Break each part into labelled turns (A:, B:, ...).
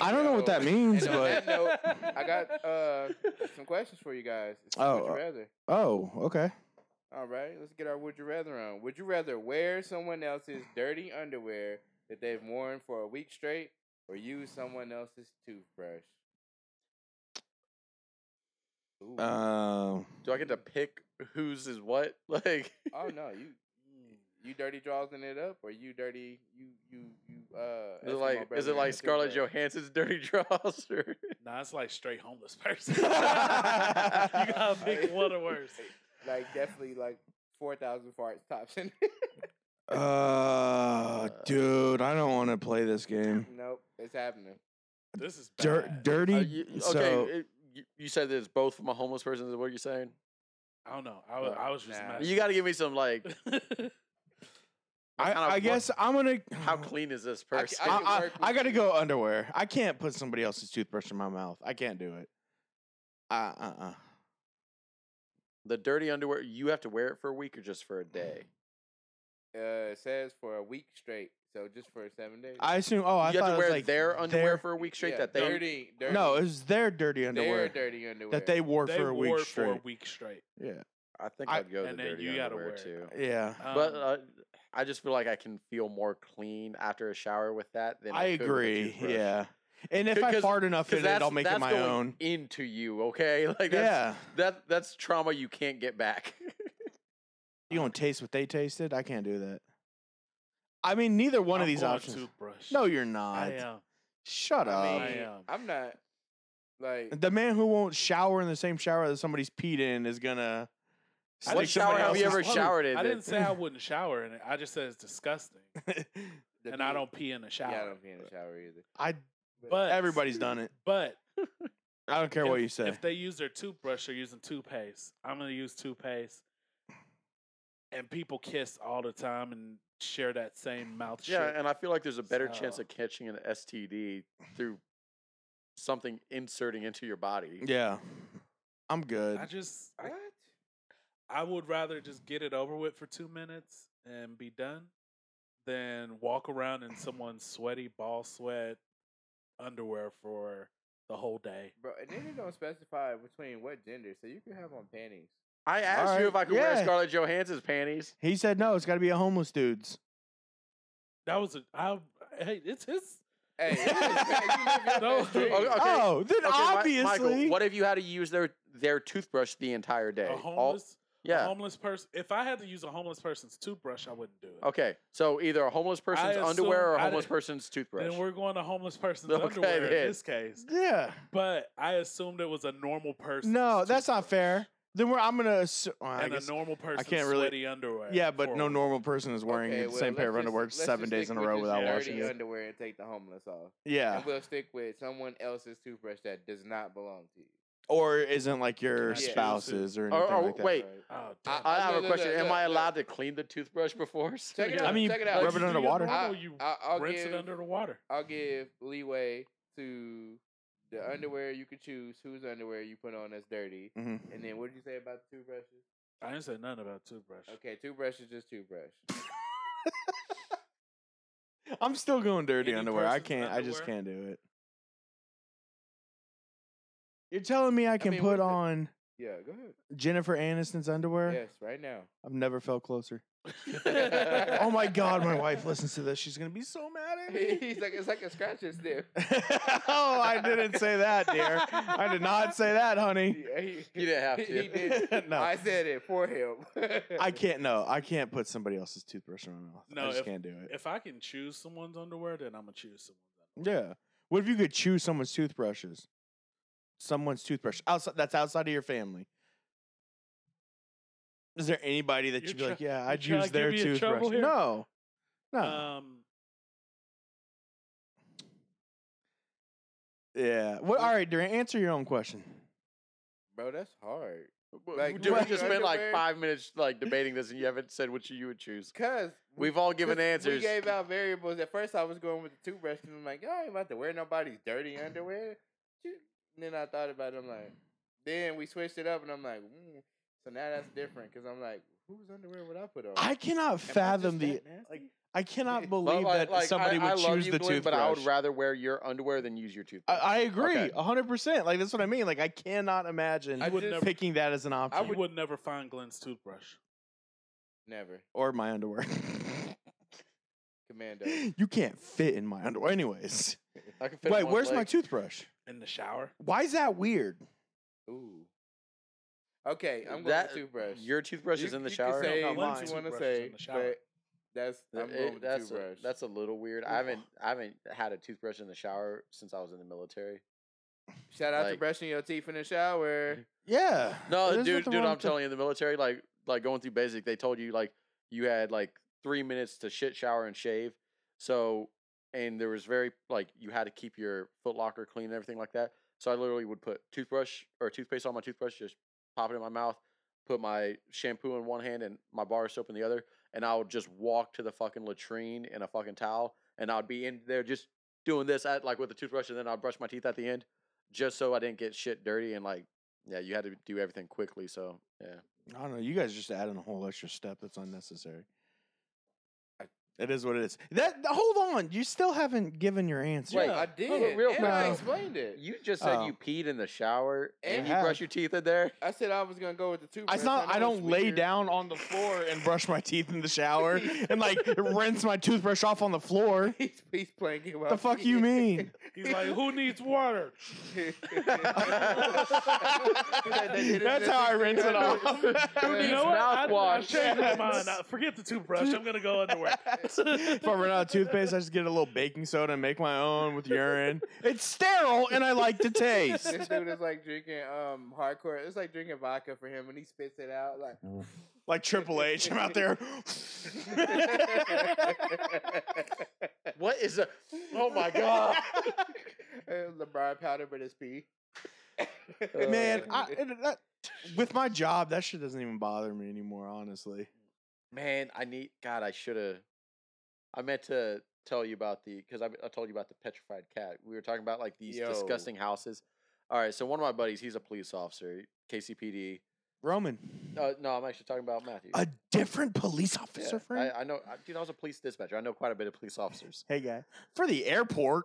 A: I don't know what that means,
B: And on that
A: but
B: note, I got uh, some questions for you guys. It's
A: Oh,
B: would you
A: uh,
B: rather?
A: oh, okay.
B: All right, let's get our would you rather on. Would you rather wear someone else's dirty underwear that they've worn for a week straight, or use someone else's toothbrush? Ooh.
A: Um,
C: Do I get to pick whose is what? Like,
B: oh no, you mm, you dirty drawsing it up, or you dirty you you you uh?
C: is it
B: Eskimo
C: like is
B: brother
C: it like
B: and
C: Scarlett
B: toothbrush?
C: Johansson's dirty draws? Or
D: Nah, it's like straight homeless person. you
C: gotta
D: gotta pick one or worse.
B: Like definitely like four thousand farts tops in.
A: uh, dude, I don't want to play this game.
B: nope, it's happening.
D: This is bad.
A: Dirt, dirty.
C: Are Uh, you- okay,
A: so,
C: it- you, you said that it's both from a homeless person. Is what you're saying?
D: I don't know. I was, I was just
B: Nah.
D: mad.
C: You got to give me some like.
A: I,
C: kind of
A: I
C: what-
A: guess I'm gonna.
C: How clean is this
B: I- I-
C: person?
A: I, I-
B: work with
A: I gotta
B: you.
A: go underwear. I can't put somebody else's toothbrush in my mouth. I can't do it. Uh, uh, uh.
C: the dirty underwear. You have to wear it for a week or just for a day.
B: Uh, it says for a week straight, so just for seven days.
A: I assume. Oh, I
C: you
A: thought
C: have
A: it was
C: to wear
A: like
C: their underwear
A: their-
C: for a week straight.
B: Yeah,
C: that they
B: dirty, dirty,
A: No, it was their dirty
B: their
A: underwear
B: dirty underwear
A: that they wore
D: they
A: for a week
D: wore
A: straight.
D: for a week straight.
A: Yeah,
C: I think
A: I-
C: I, would go the
D: and then
C: dirty
D: you gotta
C: underwear
D: wear it.
C: too.
A: yeah.
C: but
D: Um,
C: uh, I just feel like I can feel more clean after a shower with that than
A: I
C: I, could with a
A: agree.
C: toothbrush.
A: Yeah, and if
C: C-
A: I
C: 'cause-
A: fart enough in
C: 'Cause
A: it,
C: that's-
A: I'll make it
C: that's
A: my
C: going
A: own.
C: into you. Okay, like that's,
A: Yeah,
C: that that's trauma you can't get back.
A: you gonna taste what they tasted? I can't do that. I mean, neither one
D: I'm
A: of these
D: going
A: options.
D: Toothbrush.
A: No, you're not.
D: I am.
A: Shut up.
B: I
D: I
B: mean,
D: am.
B: I'm not like
A: The man who won't shower in the same shower that somebody's peed in is gonna.
D: I
A: stick
C: what
D: think
C: shower
A: somebody
C: have you
A: else's-
C: ever
D: else's-
C: showered in?
D: I
C: that-
D: didn't say I wouldn't shower in it. I just said it's disgusting,
B: the
D: and I
B: pee-
D: don't pee in the shower.
B: Yeah, I don't pee in the shower either.
A: I.
D: But
A: Everybody's done it.
D: But
A: I don't care what
D: if-
A: you say.
D: If they use their toothbrush, they're using toothpaste. I'm gonna use toothpaste. And people kiss all the time and share that same mouth
C: yeah,
D: shit.
C: and I feel like there's a better chance
D: So-
C: of catching an STD through something inserting into your body.
A: yeah, I'm good.
D: I just I,
B: What?
D: I would rather just get it over with for two minutes and be done than walk around in someone's sweaty ball sweat underwear for the whole day.
B: Bro, and then it don't specify between what gender, so you can have on panties.
C: I asked you
A: Alright,
C: if I could
A: yeah.
C: wear Scarlett Johansson's panties.
A: he said no. It's got to be a homeless dude's.
D: That was a I hey, it's his
B: Hey, you live your
D: No.
B: best dream.
C: Okay,
A: oh, then
C: Okay, Mi-
A: obviously.
C: Michael, what if you had to use their their toothbrush the entire day?
D: a
C: All-
D: homeless a
C: yeah.
D: homeless person. If I had to use a homeless person's toothbrush, I wouldn't do it.
C: Okay, so either a homeless person's
D: assume-
C: underwear or a
D: I
C: homeless
D: didn't-
C: person's toothbrush.
D: Then we're going to homeless person's
C: Okay,
D: underwear
C: then.
D: in this case.
A: yeah.
D: But I assumed it was a normal person.
A: No, that's not fair. Then we're, I'm gonna. Assu- well, I
D: And a
A: guess,
D: normal person
A: can't really-
D: sweaty underwear.
A: yeah, but
D: for
A: no
D: a-
A: normal person is wearing
B: Okay,
A: the
B: well,
A: same pair of
B: let's just-
A: underwear
B: let's
A: seven
B: just
A: days
B: stick
A: in a
B: with
A: row
B: this
A: without
B: dirty
A: washing it.
B: underwear and take the homeless off.
A: Yeah,
B: And we'll stick with someone else's toothbrush that does not belong to you.
A: or isn't like your
D: I choose to-
A: spouses or anything
C: Or- or
A: like that. Uh,
C: wait,
B: Alright.
D: Oh,
B: I-
D: damn.
C: I uh, have
B: Look,
C: a
B: look,
C: question.
B: look,
C: Am I
B: look.
C: allowed to clean the toothbrush before?
B: Check it
D: Yeah.
B: out.
A: I mean,
B: check it
A: rub
B: out.
A: it
D: You do
A: under
D: your
A: water?
D: normal,
B: I-
D: you
B: I- I'll
D: rinse
B: give-
D: it under the water.
B: I'll give leeway to the underwear you could choose, whose underwear you put on that's dirty.
A: Mhm.
B: And then what did you say about the toothbrushes?
D: I didn't say nothing about toothbrush.
B: Okay, toothbrush is just toothbrush.
A: I'm still going dirty
D: Any
A: underwear. I
D: person's
A: can't. I just
D: underwear?
A: can't do it. You're telling me I can
B: mean, what is
A: put
B: it?
A: on
B: Yeah, go ahead.
A: Jennifer Aniston's underwear?
B: Yes, right now.
A: I've never felt closer.
B: Okay.
A: oh my god, my wife listens to this. She's gonna be so mad at me.
B: He's like, it's like a scratch and sniff.
A: oh, I didn't say that, dear. I did not say that, honey.
B: Yeah, he,
C: You didn't have
B: he-
C: to.
B: he did.
A: No.
B: I said it for him.
A: I can't. No, I can't put somebody else's toothbrush in my mouth. I
D: No,
A: just
D: if-
A: can't do it.
D: If I can choose someone's underwear, then I'm gonna choose someone's
A: yeah. What if you could choose someone's toothbrushes? Someone's toothbrush outside. That's outside of your family. Is there anybody that
D: You're
A: you'd be
D: try-
A: like, yeah,
D: you're
A: I'd
D: trying to
A: use
D: get
A: their
D: me in trouble
A: toothbrush?
D: here?
A: No, no.
D: underwear. Um,
A: yeah. Well, all right, Durant, answer your own question.
B: Bro, that's hard.
C: Like,
B: Like,
C: Dude, we
A: what
C: just spent like
B: underwear?
C: five minutes like debating this, and you haven't said which you would choose.
B: Because
C: We've all given
B: We
C: answers.
B: gave out variables. At first, I was going with the toothbrush, and I'm like, I ain't about to wear nobody's dirty underwear. And then I thought about it. I'm like, then we switched it up, and I'm like, mm, So now that's different because I'm like, whose underwear would I put on?
A: I
B: Am
A: cannot
B: I
A: fathom the.
B: just that nasty?
A: like, I cannot
C: But,
A: believe
C: like-
A: that
C: like,
A: somebody
C: I,
A: would
C: I love
A: choose
C: you,
A: the
C: Glenn,
A: toothbrush.
C: But I would rather wear your underwear than use your
A: I,
C: toothbrush.
A: I agree,
C: Okay.
A: a hundred percent. Like that's what I mean. Like I cannot imagine
B: I
D: would
B: just-
D: never-
A: picking that as an
B: I
A: option
D: I
B: would-
D: would, would never find Glenn's toothbrush.
B: never
A: or my underwear.
B: commando.
A: you can't fit in my underwear, anyways.
C: I, can fit in
A: Wait,
C: one
A: where's my
C: leg.
A: toothbrush?
D: In the shower?
A: Why is that weird?
B: Ooh. Okay, I'm going
C: That-
B: with toothbrush.
C: Your toothbrush
B: You-
C: is in the
B: you
C: shower.
B: Can say
D: No,
B: what
D: mine.
B: you want to
D: Toothbrush is
B: say,
D: in the shower.
B: but that's
C: Th-
B: I'm
C: it-
B: going with the
C: that's a,
B: toothbrush.
C: that's a little weird. I haven't I haven't had a toothbrush in the shower since I was in the military.
B: Shout out to
C: like-
B: brushing your teeth in the shower.
A: Yeah.
C: No,
A: there's
C: dude,
A: nothing
C: dude,
A: wrong
C: I'm
A: with
C: telling you, in the military, like like going through basic, they told you like you had like three minutes to shit, shower, and shave. So, and there was very like you had to keep your foot locker clean and everything like that. So I literally would put toothbrush or toothpaste on my toothbrush, just pop it in my mouth, put my shampoo in one hand and my bar soap in the other, and I would just walk to the fucking latrine in a fucking towel, and I'd be in there just doing this at like with the toothbrush, and then I'd brush my teeth at the end, just so I didn't get shit dirty and like yeah, you had to do everything quickly, so yeah.
A: I don't know. You guys just adding a whole extra step that's unnecessary. It is what it is. That hold on, you still haven't given your answer.
C: Wait,
B: I
D: Yeah.
B: did,
C: but real
B: and I
A: quick-
B: explained it.
C: You just said
A: Oh.
C: you peed in the shower and,
B: And
C: you
A: have.
C: brush your teeth in there.
B: I said I was gonna go with the toothbrush.
A: It's not.
B: know
A: I
B: it's
A: don't lay
B: weird.
A: down on the floor and brush my teeth in the shower and like rinse my toothbrush off on the floor.
B: He's, he's playing it.
A: The fuck you mean?
D: He's like, who needs water?
A: That's how I rinse it off.
D: You
B: needs
D: know what? I, I
C: mouthwash?
D: changed my mind. Uh, forget the toothbrush. I'm gonna go underwear.
A: if I run out of toothpaste, I just get a little baking soda and make my own with urine. It's sterile and I like the taste.
B: This dude is like drinking um hardcore. It's like drinking vodka for him when he spits it out. Like
A: Like Triple H, I'm out there.
C: Eh, What is a? Oh my god!
B: Uh, LeBron powder, but it's pee.
A: Man, I, it- that, with my job, that shit doesn't even bother me anymore, honestly.
C: Man, I need. God, I should have. I meant to tell you about the because I, I told you about the petrified cat. We were talking about like these
B: Yo.
C: disgusting houses. All right, so one of my buddies, he's a police officer, KCPD.
A: Roman,
C: Uh, no, I'm actually talking about Matthew.
A: a different police
C: Yeah,
A: officer friend.
C: I, I know, I, dude. I was a police dispatcher. I know quite a bit of police officers.
A: hey, guy, for the airport.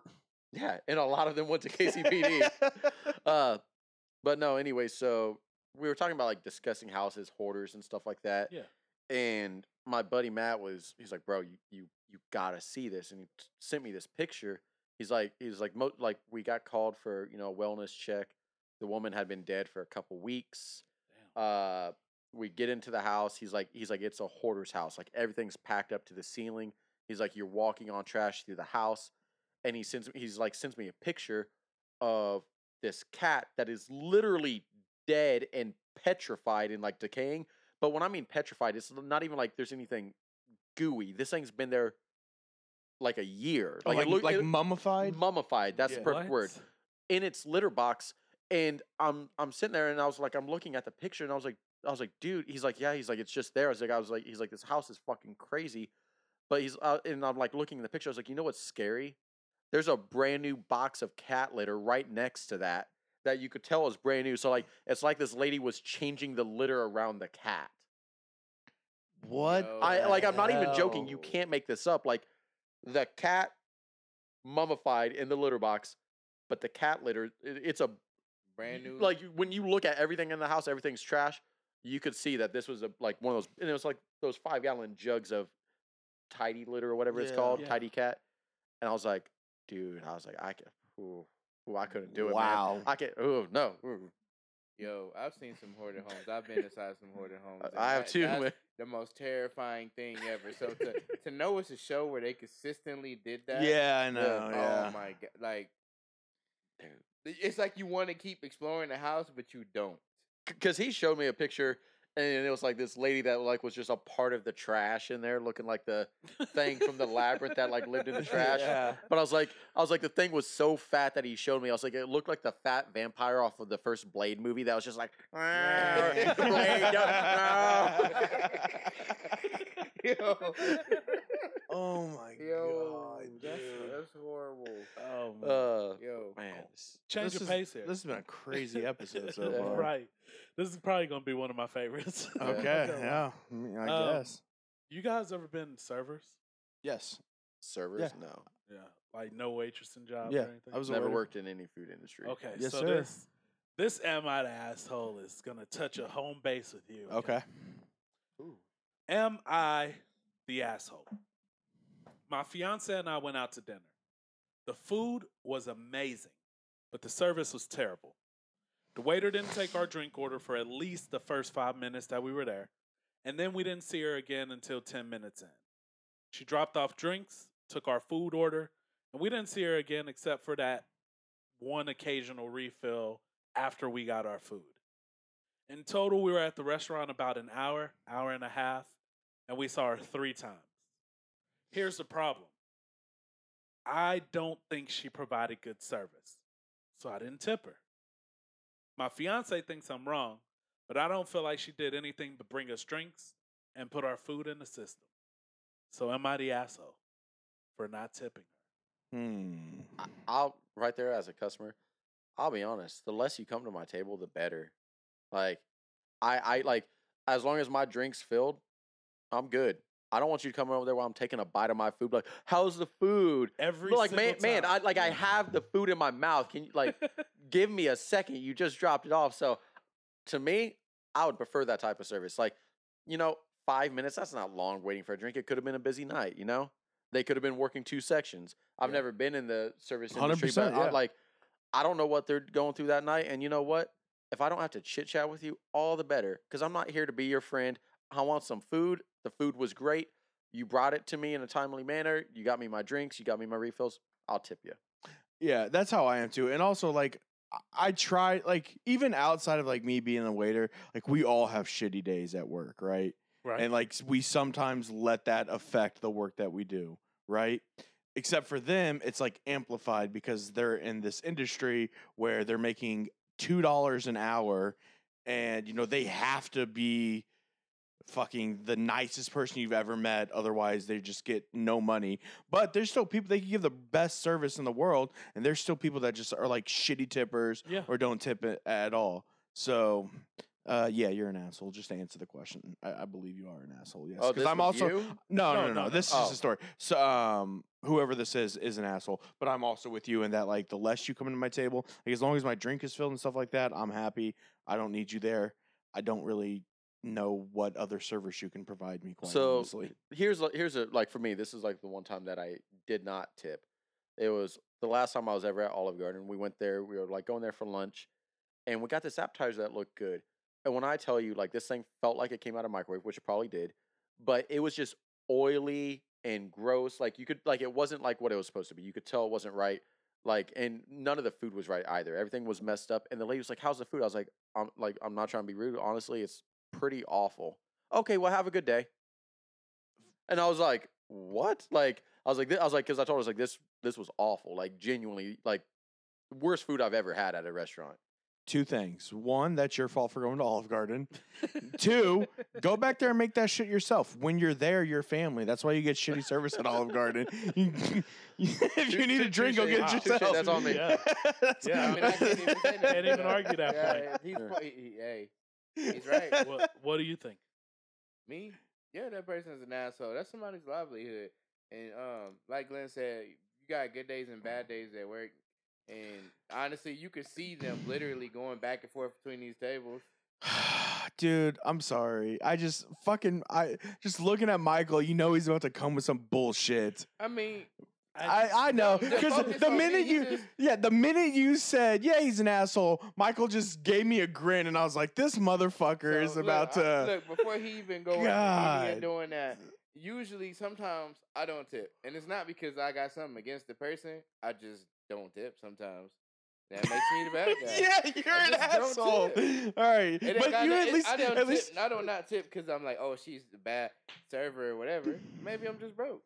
C: Yeah, and a lot of them went to KCPD. uh, but no, anyway, so we were talking about like discussing houses, hoarders, and stuff like that.
D: Yeah.
C: And my buddy Matt was, he's like, bro, you you you gotta see this, and he t- sent me this picture. He's like, he's like, mo- like we got called for you know a wellness check. The woman had been dead for a couple weeks. Uh, we get into the house. He's like, he's like, it's a hoarder's house. Like everything's packed up to the ceiling. He's like, you're walking on trash through the house, and he sends, he's like, sends me a picture of this cat that is literally dead and petrified and like decaying. But when I mean petrified, it's not even like there's anything gooey. This thing's been there like a year.
A: Oh, Like,
C: it
A: like,
C: Oh, look- it-
A: mummified.
C: mummified. That's
A: Yeah.
C: the perfect word in its litter box and I'm I'm sitting there and I was like I'm looking at the picture and I was like I was like dude he's like yeah he's like it's just there I was like I was like he's like this house is fucking crazy but he's uh, and I'm like looking at the picture I was like you know what's scary there's a brand new box of cat litter right next to that that you could tell is brand new so like it's like this lady was changing the litter around the cat
A: what?
B: Yo.
C: I
A: the
C: like I'm not even joking
B: Oh.
C: you
A: hell?
C: can't make this up like the cat mummified in the litter box but the cat litter it- it's a
B: Brand new.
C: like you- when you look at everything in the house, everything's trash. You could see that this was a like one of those, and it was like those five gallon jugs of tidy litter or whatever it's
A: Yeah.
C: called,
D: Yeah.
C: tidy cat. And I was like, dude, I was like, I can, ooh, ooh, I couldn't do it. man.
A: Wow.
C: I can't. Oh no, ooh,
B: yo, I've seen some hoarded homes. I've been inside some hoarded homes.
A: Uh,
C: I-
B: and
C: I have
B: that-
C: two.
B: that's
C: Man.
B: The most terrifying thing ever. So to, to know it's a show where they consistently did that.
A: Yeah, I know.
B: Oh
A: yeah.
B: my god! Like,
C: Dude.
B: it's like you want to keep exploring the house, but you don't.
C: because he showed me a picture and it was like this lady that like was just a part of the trash in there looking like the thing from the labyrinth that like lived in the trash
A: Yeah.
C: but i was like i was like the thing was so fat that he showed me i was like it looked like the fat vampire off of the first blade movie that was just like
B: Yeah.
C: Blade, uh, no.
B: Yo,
A: Oh my
B: yo,
A: god,
B: that's,
A: dude.
B: that's horrible.
D: Oh,
A: Mm.
D: man.
C: Uh,
B: Yo,
C: man
A: This
D: Change your
A: is-
D: pace here.
A: This has been a crazy episode so
C: Yeah.
A: far.
D: right. This is probably gonna be one of my favorites.
C: Yeah.
A: Okay, yeah, I, mean, I
D: Um,
A: guess.
D: You guys ever been servers?
A: Yes,
C: Servers?
A: Yeah.
C: No.
D: Yeah. Like no waitressing jobs
A: Yeah,
D: or anything?
A: I was a
C: Never
A: waiter.
C: worked in any food industry.
D: Okay,
A: Yes,
D: so
A: sir.
D: this this am I the asshole is gonna touch a home base with you.
A: Okay.
C: Ooh.
D: Am I the asshole? My fiance and I went out to dinner. The food was amazing, but the service was terrible. The waiter didn't take our drink order for at least the first five minutes that we were there, and then we didn't see her again until 10 minutes in. She dropped off drinks, took our food order, and we didn't see her again except for that one occasional refill after we got our food. In total, we were at the restaurant about an hour, hour and a half, and we saw her three times. Here's the problem I don't think she provided good service, so I didn't tip her. My fiance thinks I'm wrong, but I don't feel like she did anything but bring us drinks and put our food in the system. So am I the asshole for not tipping
A: Hmm.
C: I, I'll right there as a customer. I'll be honest. The less you come to my table, the better. Like, I I like as long as my drink's filled, I'm good. I don't want you to come over there while I'm taking a bite of my food. Like, how's the food?
D: her? Every
C: Like,
D: single
C: man, man, I
D: time.
C: like I have the food in my mouth. Can you like give me a second? You just dropped it off. So, to me, I would prefer that type of service. Like, you know, five minutes. That's not long waiting for a drink. It could have been a busy night. You know, they could have been working two sections. I've
D: Yeah.
C: never been in the service industry,
A: 100%,
C: but I,
A: yeah.
C: like, I don't know what they're going through that night. And you know what? If I don't have to chit chat with you, all the better. Because I'm not here to be your friend. I want some food. The food was great. You brought it to me in a timely manner. You got me my drinks. You got me my refills. I'll tip you.
A: Yeah, that's how I am too. And also, like, I- I try, like, even outside of like me being a waiter, like, we all have shitty days at work, right?
D: right.
A: And like, s- we sometimes let that affect the work that we do, right? Except for them, it's like amplified because they're in this industry where they're making two dollars an hour, and you know they have to be fucking the nicest person you've ever met. Otherwise, they just get no money. But there's still people they can give the best service in the world, and there's still people that just are like shitty tippers
D: yeah.
A: or don't tip it at all. So, uh, yeah, you're an asshole. Just to answer the question, I, I believe you are an asshole. Yes, because
C: Oh, this
A: I'm
C: was
A: also
C: you?
A: no, no, no,
D: No,
A: no,
D: no, no.
A: This is just
C: Oh.
A: a story. So, um, whoever this is is an asshole. But I'm also with you in that, like, the less you come into my table, like, as long as my drink is filled and stuff like that, I'm happy. I don't need you there. I don't really know what other service you can provide me. Quite
C: so
A: honestly,
C: here's li- here's a like for me this is like the one time that i did not tip it was the last time i was ever at olive garden we went there we were like going there for lunch and we got this appetizer that looked good and when i tell you like this thing felt like it came out of microwave which it probably did but it was just oily and gross like you could like it wasn't like what it was supposed to be you could tell it wasn't right like and none of the food was right either everything was messed up and the lady was like how's the food i was like i'm like i'm not trying to be rude honestly it's pretty awful okay well have a good day and I was like, "What?" Like, I was like, thi- "I was like," because I told her, "I was like, this this was awful. Like, genuinely, like worst food I've ever had at a restaurant."
A: two things: one, that's your fault for going to Olive Garden. Two, go back there and make that shit yourself. When you're there, your family. That's why you get shitty service at Olive Garden. You- if you
C: Tou-
A: need a
C: tou-
A: drink, go
C: touche.
A: get it
D: Wow.
A: yourself.
D: Touche,
C: that's on me.
D: Yeah.
A: That's-
D: Yeah,
B: I mean, I can't even say nothing.
D: Can't even argue that
B: yeah,
D: point.
B: He's,
C: Yeah.
B: fu- he- he- hey, He's right.
D: what, what do you think?
B: me? Yeah, that person's an asshole. That's somebody's livelihood. And um, like Glenn said, you got good days and bad days at work. And honestly, you could see them literally going back and forth between these tables.
A: Dude, I'm sorry. I just fucking I just looking at Michael, you know he's about to come with some bullshit.
B: I mean,
A: I, I know
B: the
A: because
B: focus
A: Oh, the
B: on me,
A: minute
B: he
A: you
B: just-
A: yeah the minute you said yeah he's an asshole, Michael just gave me a grin and I was like this motherfucker
B: So,
A: is about
B: look, I-
A: to
B: look before he even go
A: God.
B: and doing that. Usually, sometimes I don't tip, and it's not because I got something against the person. I just don't tip sometimes. That makes me the bad guy.
A: yeah you're
B: I
A: an
B: just
A: asshole. All
B: don't
A: right,
B: It ain't
A: but
B: got
A: you
B: no-
A: at
B: it-
A: least
B: I don't
A: at
B: tip,
A: least
B: I don't not tip because I'm like, oh, she's the bad server or whatever. Maybe I'm just broke.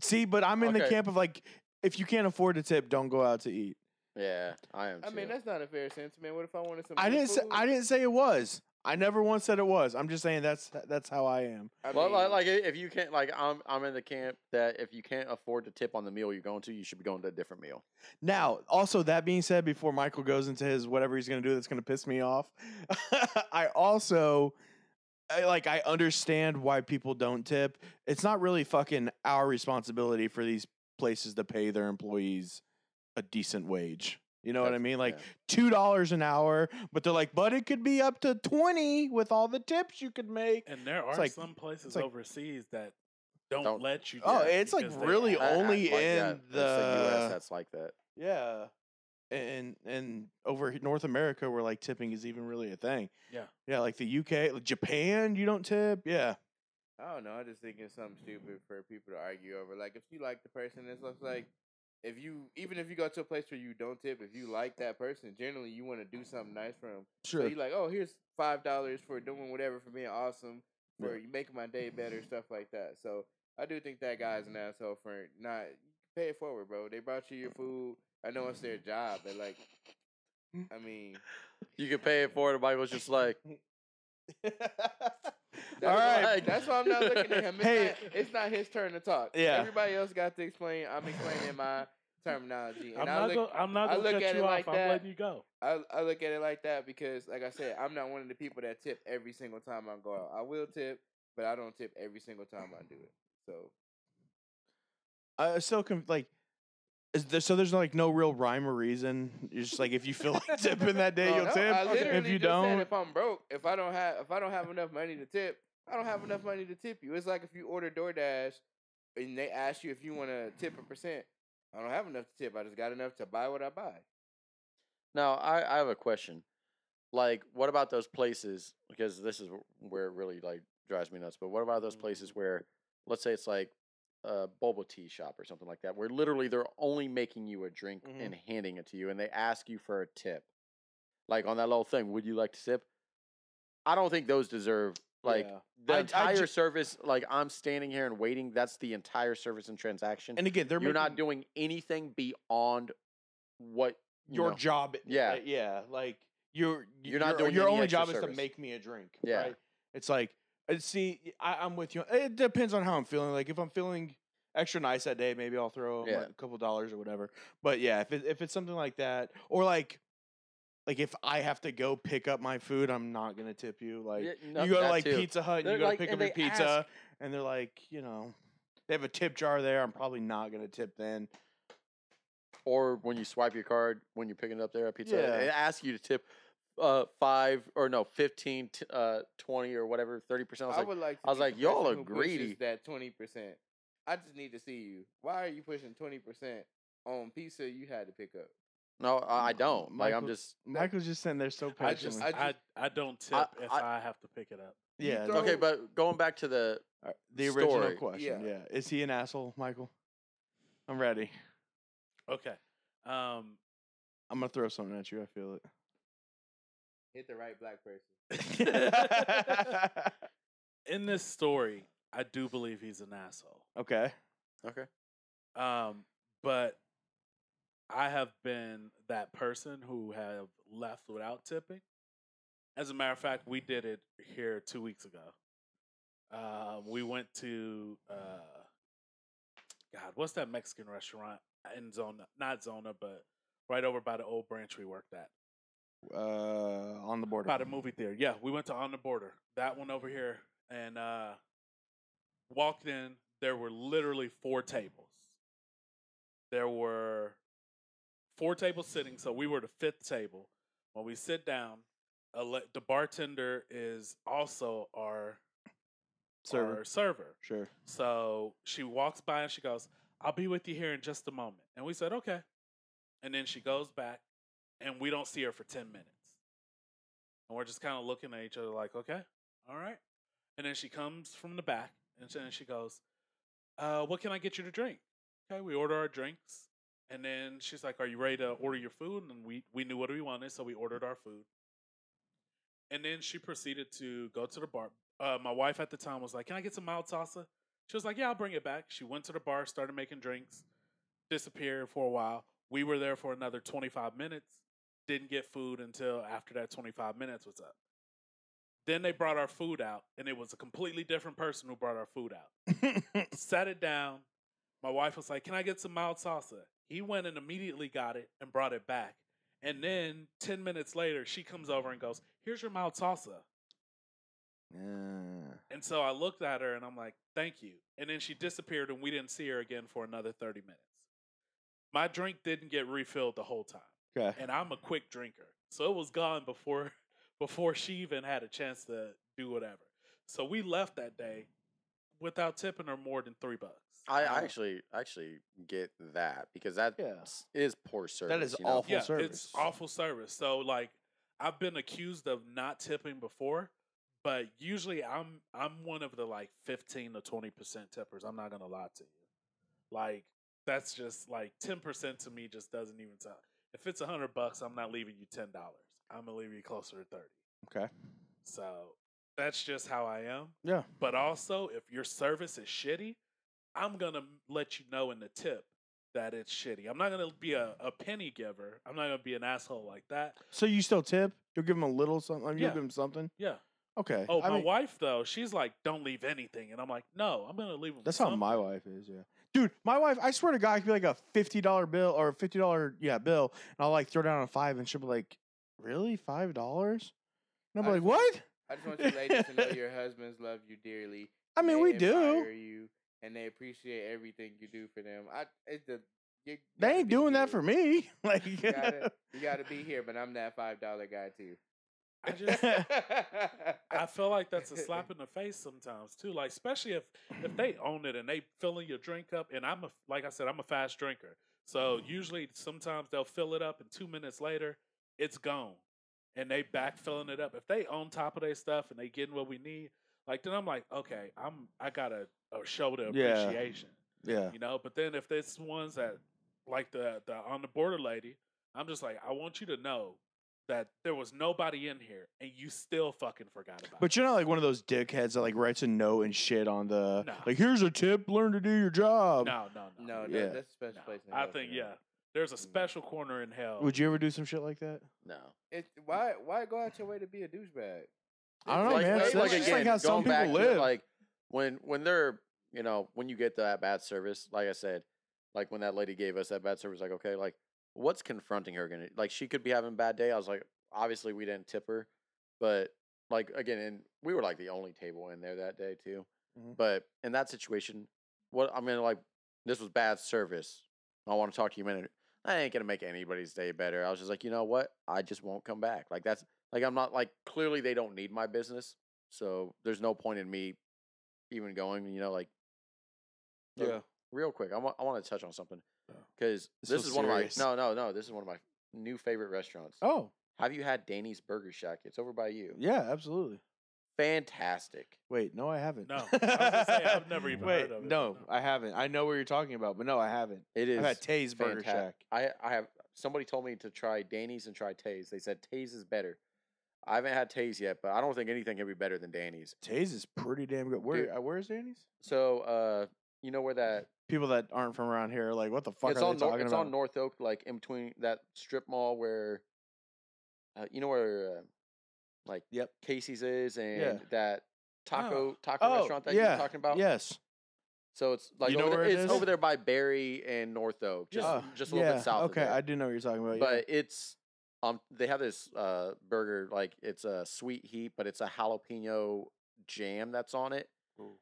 A: see. But I'm in the
C: Okay.
A: camp of like if you can't afford to tip, don't go out to eat.
C: Yeah, I am.
B: I mean,
C: too.
B: that's not a fair sentiment. What if I wanted some?
A: I
B: good
A: didn't say
B: food?
A: I didn't say it was. I never once said it was. I'm just saying that's that's how I am.
B: I
C: well, like,
B: mean,
C: like if you can't, like I'm, I'm in the camp that if you can't afford to tip on the meal you're going to, you should be going to a different meal.
A: Now, also that being said, before Michael goes into his whatever he's going to do that's going to piss me off, I also I, like I understand why people don't tip. It's not really fucking our responsibility for these places to pay their employees a decent wage. You know what I
C: That's-
A: mean? Like
C: yeah.
A: two dollars an hour, but they're like, but it could be up to twenty with all the tips you could make.
D: And there are
A: like-
D: some places
A: like-
D: overseas that don't,
C: Don't-
D: let you.
A: Oh,
D: tip
A: it's, like,
D: because they
A: really
D: have-
C: I- I-
A: only
C: like
A: in
C: that. It's the
A: the-
C: U.S. That's like that.
A: Yeah. And and over he- North America where like tipping is even really a thing.
D: Yeah.
A: Yeah, like the UK, like Japan, you don't tip. Yeah.
B: I don't know. I just think it's something stupid for people to argue over. Like if you like the person, it's just like if you even if you go to a place where you don't tip, if you like that person, generally you want to do something nice for them. So
A: Sure.
B: you're like, oh, here's five dollars for doing whatever for being awesome,
A: Yeah.
B: for you making my day better, stuff like that. So I do think that guy's an
A: Mm-hmm.
B: asshole for not pay it forward, bro. They brought you your food. I know it's
A: Mm-hmm.
B: their job, but like, I mean,
C: You can pay it for it. Michael's just like,
B: that's
A: All
B: why-
A: right.
C: right.
B: that's why I'm not looking at him. It's,
A: Hey.
B: not, it's not his turn to talk.
A: Yeah.
B: everybody else got to explain. I'm explaining my terminology,
D: I'm
B: and I
D: not,
B: look,
D: gonna, I'm not
B: I
D: gonna
B: look
D: cut
B: at
D: you
B: it
D: off.
B: like
D: I'm
B: that.
D: letting you go.
B: I, I look at it like that because, like I said, I'm not one of the people that tip every single time I go out. I will tip, but I don't tip every single time I do it. So
A: I still can like is there, so there's like no real rhyme or reason. You're just like if you feel like tipping that day,
B: Oh,
A: you'll
B: no, I
A: tip.
B: literally
A: If you
B: just said
A: don't,
B: if I'm broke, if I don't have, if I don't have enough money to tip, I don't have enough money to tip you. It's like if you order DoorDash and they ask you if you want to tip a percent. I don't have enough to tip. I just got enough to buy what I buy.
C: now I, I have a question. Like, what about those places? Because this is wh- where it really like drives me nuts. But what about those places
A: Mm-hmm.
C: where, let's say it's like a bubble tea shop or something like that, where literally they're only making you a drink
A: Mhm.
C: and handing it to you, and they ask you for a tip, like on that little thing. Would you like to sip? I don't think those deserve like
A: Yeah.
C: the
A: I- I
C: entire
A: ju-
C: service. Like I'm standing here and waiting. That's the entire service and transaction.
A: and again, they're
C: you're
A: making
C: not doing anything beyond what you
A: your
C: know.
A: job.
C: Yeah.
A: uh, yeah. Like you're
C: You're not
A: your-
C: doing
A: your
C: any
A: only
C: extra
A: job is to
C: service.
A: make me a drink.
C: Yeah.
A: Right? It's like uh, see, I, I'm with you. It depends on how I'm feeling. Like if I'm feeling extra nice that day, maybe I'll throw 'em,
C: Yeah.
A: like, a couple dollars or whatever. But yeah, if it, if it's something like that, or like like if I have to go pick up my food, I'm not gonna tip you. Like
C: Yeah, no,
A: you go to
C: that
A: like
C: too.
A: Pizza Hut and
C: They're
A: you go
C: like-
A: to pick up
C: and
A: your
C: they
A: pizza,
C: ask-
A: and they're like, you know, they have a tip jar there. I'm probably not gonna tip then.
C: or when you swipe your card when you're picking it up there at pizza
A: Yeah.
C: Hut, it asks you to tip uh five or no 15 t- uh 20 or whatever 30 percent i was like
B: would like. To
C: I was
B: meet the
C: like, y'all
B: person
C: are
B: who
C: greedy.
B: pushes That twenty percent. I just need to see you. Why are you pushing twenty percent on pizza you had to pick up?
C: no i I don't like i'm
A: Michael-
C: just
A: Michael's just sitting there so
D: I
A: patient.
D: just,
B: I
D: I,
B: just-
D: I, don't tip
C: I-
D: if I,
C: I-
D: have to pick it up.
A: yeah,
B: throw
C: okay
B: So-
C: but going back to the
A: Uh, The original
C: story.
A: question. Yeah.
B: Yeah.
A: Is he an asshole, Michael? I'm ready.
D: Okay. Um,
A: I'm gonna throw something at you. I feel
B: Hit the right black person.
A: it.
D: in this story, I do believe he's an asshole.
A: okay.
C: okay
D: Um, but I have been that person who have left without tipping. As a matter of fact, we did it here two weeks ago. Um, we went to uh, God, what's that Mexican restaurant in Zona? Not Zona, but right over by the old branch we worked at.
A: Uh, on the border.
D: By the movie theater. Yeah, we went to On the Border. That one over here. And uh walked in, there were literally four tables. There were four tables sitting, so we were the fifth table. When we sit down, a le- the bartender is also our
A: server.
D: our server.
A: Sure.
D: So she walks by and she goes, I'll be with you here in just a moment. And we said, okay. And then she goes back and we don't see her for 10 minutes. And we're just kind of looking at each other like, okay, all right. And then she comes from the back and then she goes, uh, what can I get you to drink? Okay, we order our drinks. And then she's like, are you ready to order your food? And we, we knew what we wanted, so we ordered our food. And then she proceeded to go to the bar. Uh, my wife at the time was like, can I get some mild salsa? She was like, "Yeah, I'll bring it back." She went to the bar, started making drinks, disappeared for a while. We were there for another 25 minutes. Didn't get food until after that 25 minutes was up. Then they brought our food out, and it was a completely different person who brought our food out. Sat it down. My wife was like, Can I get some mild salsa? He went and immediately got it and brought it back. And then 10 minutes later, she comes over and goes, Here's your mild salsa.
A: Yeah.
D: And so I looked at her and I'm like, thank you. And then she disappeared and we didn't see her again for another 30 minutes. My drink didn't get refilled the whole time.
A: Okay.
D: And I'm a quick drinker. So it was gone before before she even had a chance to do whatever. So we left that day without tipping her more than three bucks.
C: I,
A: Yeah.
C: I actually actually get that because that
A: Uh-huh. Yeah.
C: s- is poor service.
A: That is
C: you know?
A: awful
D: yeah,
A: service.
D: it's awful service. So like I've been accused of not tipping before, but usually I'm I'm one of the like 15 to 20% tippers. I'm not going to lie to you. Like that's just like 10% to me just doesn't even sound. If it's 100 bucks, I'm not leaving you $10. I'm going to leave you closer to 30.
A: Okay.
D: So that's just how I am.
A: Yeah.
D: But also, if your service is shitty, I'm gonna m- let you know in the tip that it's shitty. I'm not gonna be a, a penny giver. I'm not gonna be an asshole like that.
A: So you still tip? You'll give him a little something. You'll
D: Yeah.
A: give him something.
D: Yeah.
A: Okay.
D: Oh,
A: I
D: my
A: mean,
D: wife though, she's like, don't leave anything, and I'm like, no, I'm gonna leave. 'em
A: That's how
D: something."
A: my wife is. Yeah. Dude, my wife. I swear to God, it could be like a fifty dollar bill or a fifty dollar yeah bill, and I'll like throw down a five, and she'll be like, "Really, five dollars?" And I'll be
B: I
A: like, "What?"
B: I just want you ladies to know your husbands love you dearly.
A: I mean,
B: They
A: we do.
B: admire You and they appreciate everything you do for them. I it's the you, you
A: They
B: gotta
A: ain't
B: be
A: doing that
B: here.
A: for me. Like,
B: You gotta, you gotta be here, but I'm that five dollar guy too.
D: I just I feel like that's a slap in the face sometimes too. Like especially if if they own it and they filling your drink up, and I'm a like I said, I'm a fast drinker. So usually sometimes they'll fill it up, and two minutes later it's gone, and they back filling it up. If they own top of their stuff and they getting what we need, like then I'm like, okay, I'm I got a, a show to
A: Yeah.
D: appreciation,
A: yeah.
D: you know. But then if there's ones that like the the on the border lady, I'm just like, I want you to know. That there was nobody in here, and you still fucking forgot about. it.
A: But you're not like one of those dickheads that like writes a note and shit on the
D: Nah.
A: like. Here's a tip: learn to do your job.
D: No, no, no.
B: no, no,
A: Yeah.
B: that's a special
D: no.
B: place. In
D: I
B: hell for
D: think
B: them.
D: yeah. There's a
B: Mm.
D: special corner in hell.
A: Would you ever do some shit like that?
C: No.
B: It's why why go out your way to be a douchebag?
A: I don't know,
C: like,
A: man.
C: Like,
A: It's
C: like,
A: just like
C: again,
A: how some
C: going
A: people
C: back
A: live.
C: To, like when when they're you know when you get that bad service, like I said, like when that lady gave us that bad service, like okay, like what's confronting her gonna like she could be having a bad day. I was like, obviously we didn't tip her, but like again, and we were like the only table in there that day too.
A: Mhm.
C: But in that situation, what I mean, like this was bad service. I want to talk to you a minute. I ain't gonna make anybody's day better. I was just like, you know what? I just won't come back. Like that's like I'm not like clearly they don't need my business. So there's no point in me even going, you know, like So, real quick. I want I want to touch on something
A: Yeah.
C: because
A: It's
C: this
A: so
C: is one
A: Oh, serious.
C: of my no no no. This is one of my new favorite restaurants.
A: Oh
C: Have you had Danny's Burger Shack? It's over by you.
A: yeah, absolutely.
C: Fantastic.
A: Wait, no, I haven't.
D: No. I was gonna say, I've never even
A: Wait,
D: heard of it.
A: No, I haven't. I know what you're talking about, but no, I haven't.
C: It is.
A: I've had Tay's Burger
C: fanta-
A: Shack.
C: I I have somebody told me to try Danny's and try Tay's. They said Tay's is better. I haven't had Tay's yet, but I don't think anything can be better than Danny's.
A: Tay's is pretty damn good. Where
C: Dude.
A: uh, where's Danny's?
C: So uh, you know where that
A: People that aren't from around here are like, what the fuck
C: it's
A: are
C: on
A: they
C: Nor-
A: talking
C: it's
A: about?
C: on North Oak, like in between that strip mall where, uh, you know where, uh, like
A: Yep.
C: Casey's is and that taco taco
A: Oh,
C: restaurant that
A: yeah,
C: you're talking about.
A: Yes.
C: So it's like
A: You know
C: over there,
A: where it
C: it's
A: is?
C: over there by Barry and North Oak, just
A: Oh,
C: just a little
A: yeah,
C: bit south.
A: Okay,
C: of there.
A: I do know what you're talking about.
C: but it's um they have this uh burger like it's a sweet heat, but it's a jalapeno jam that's on it,
A: Ooh.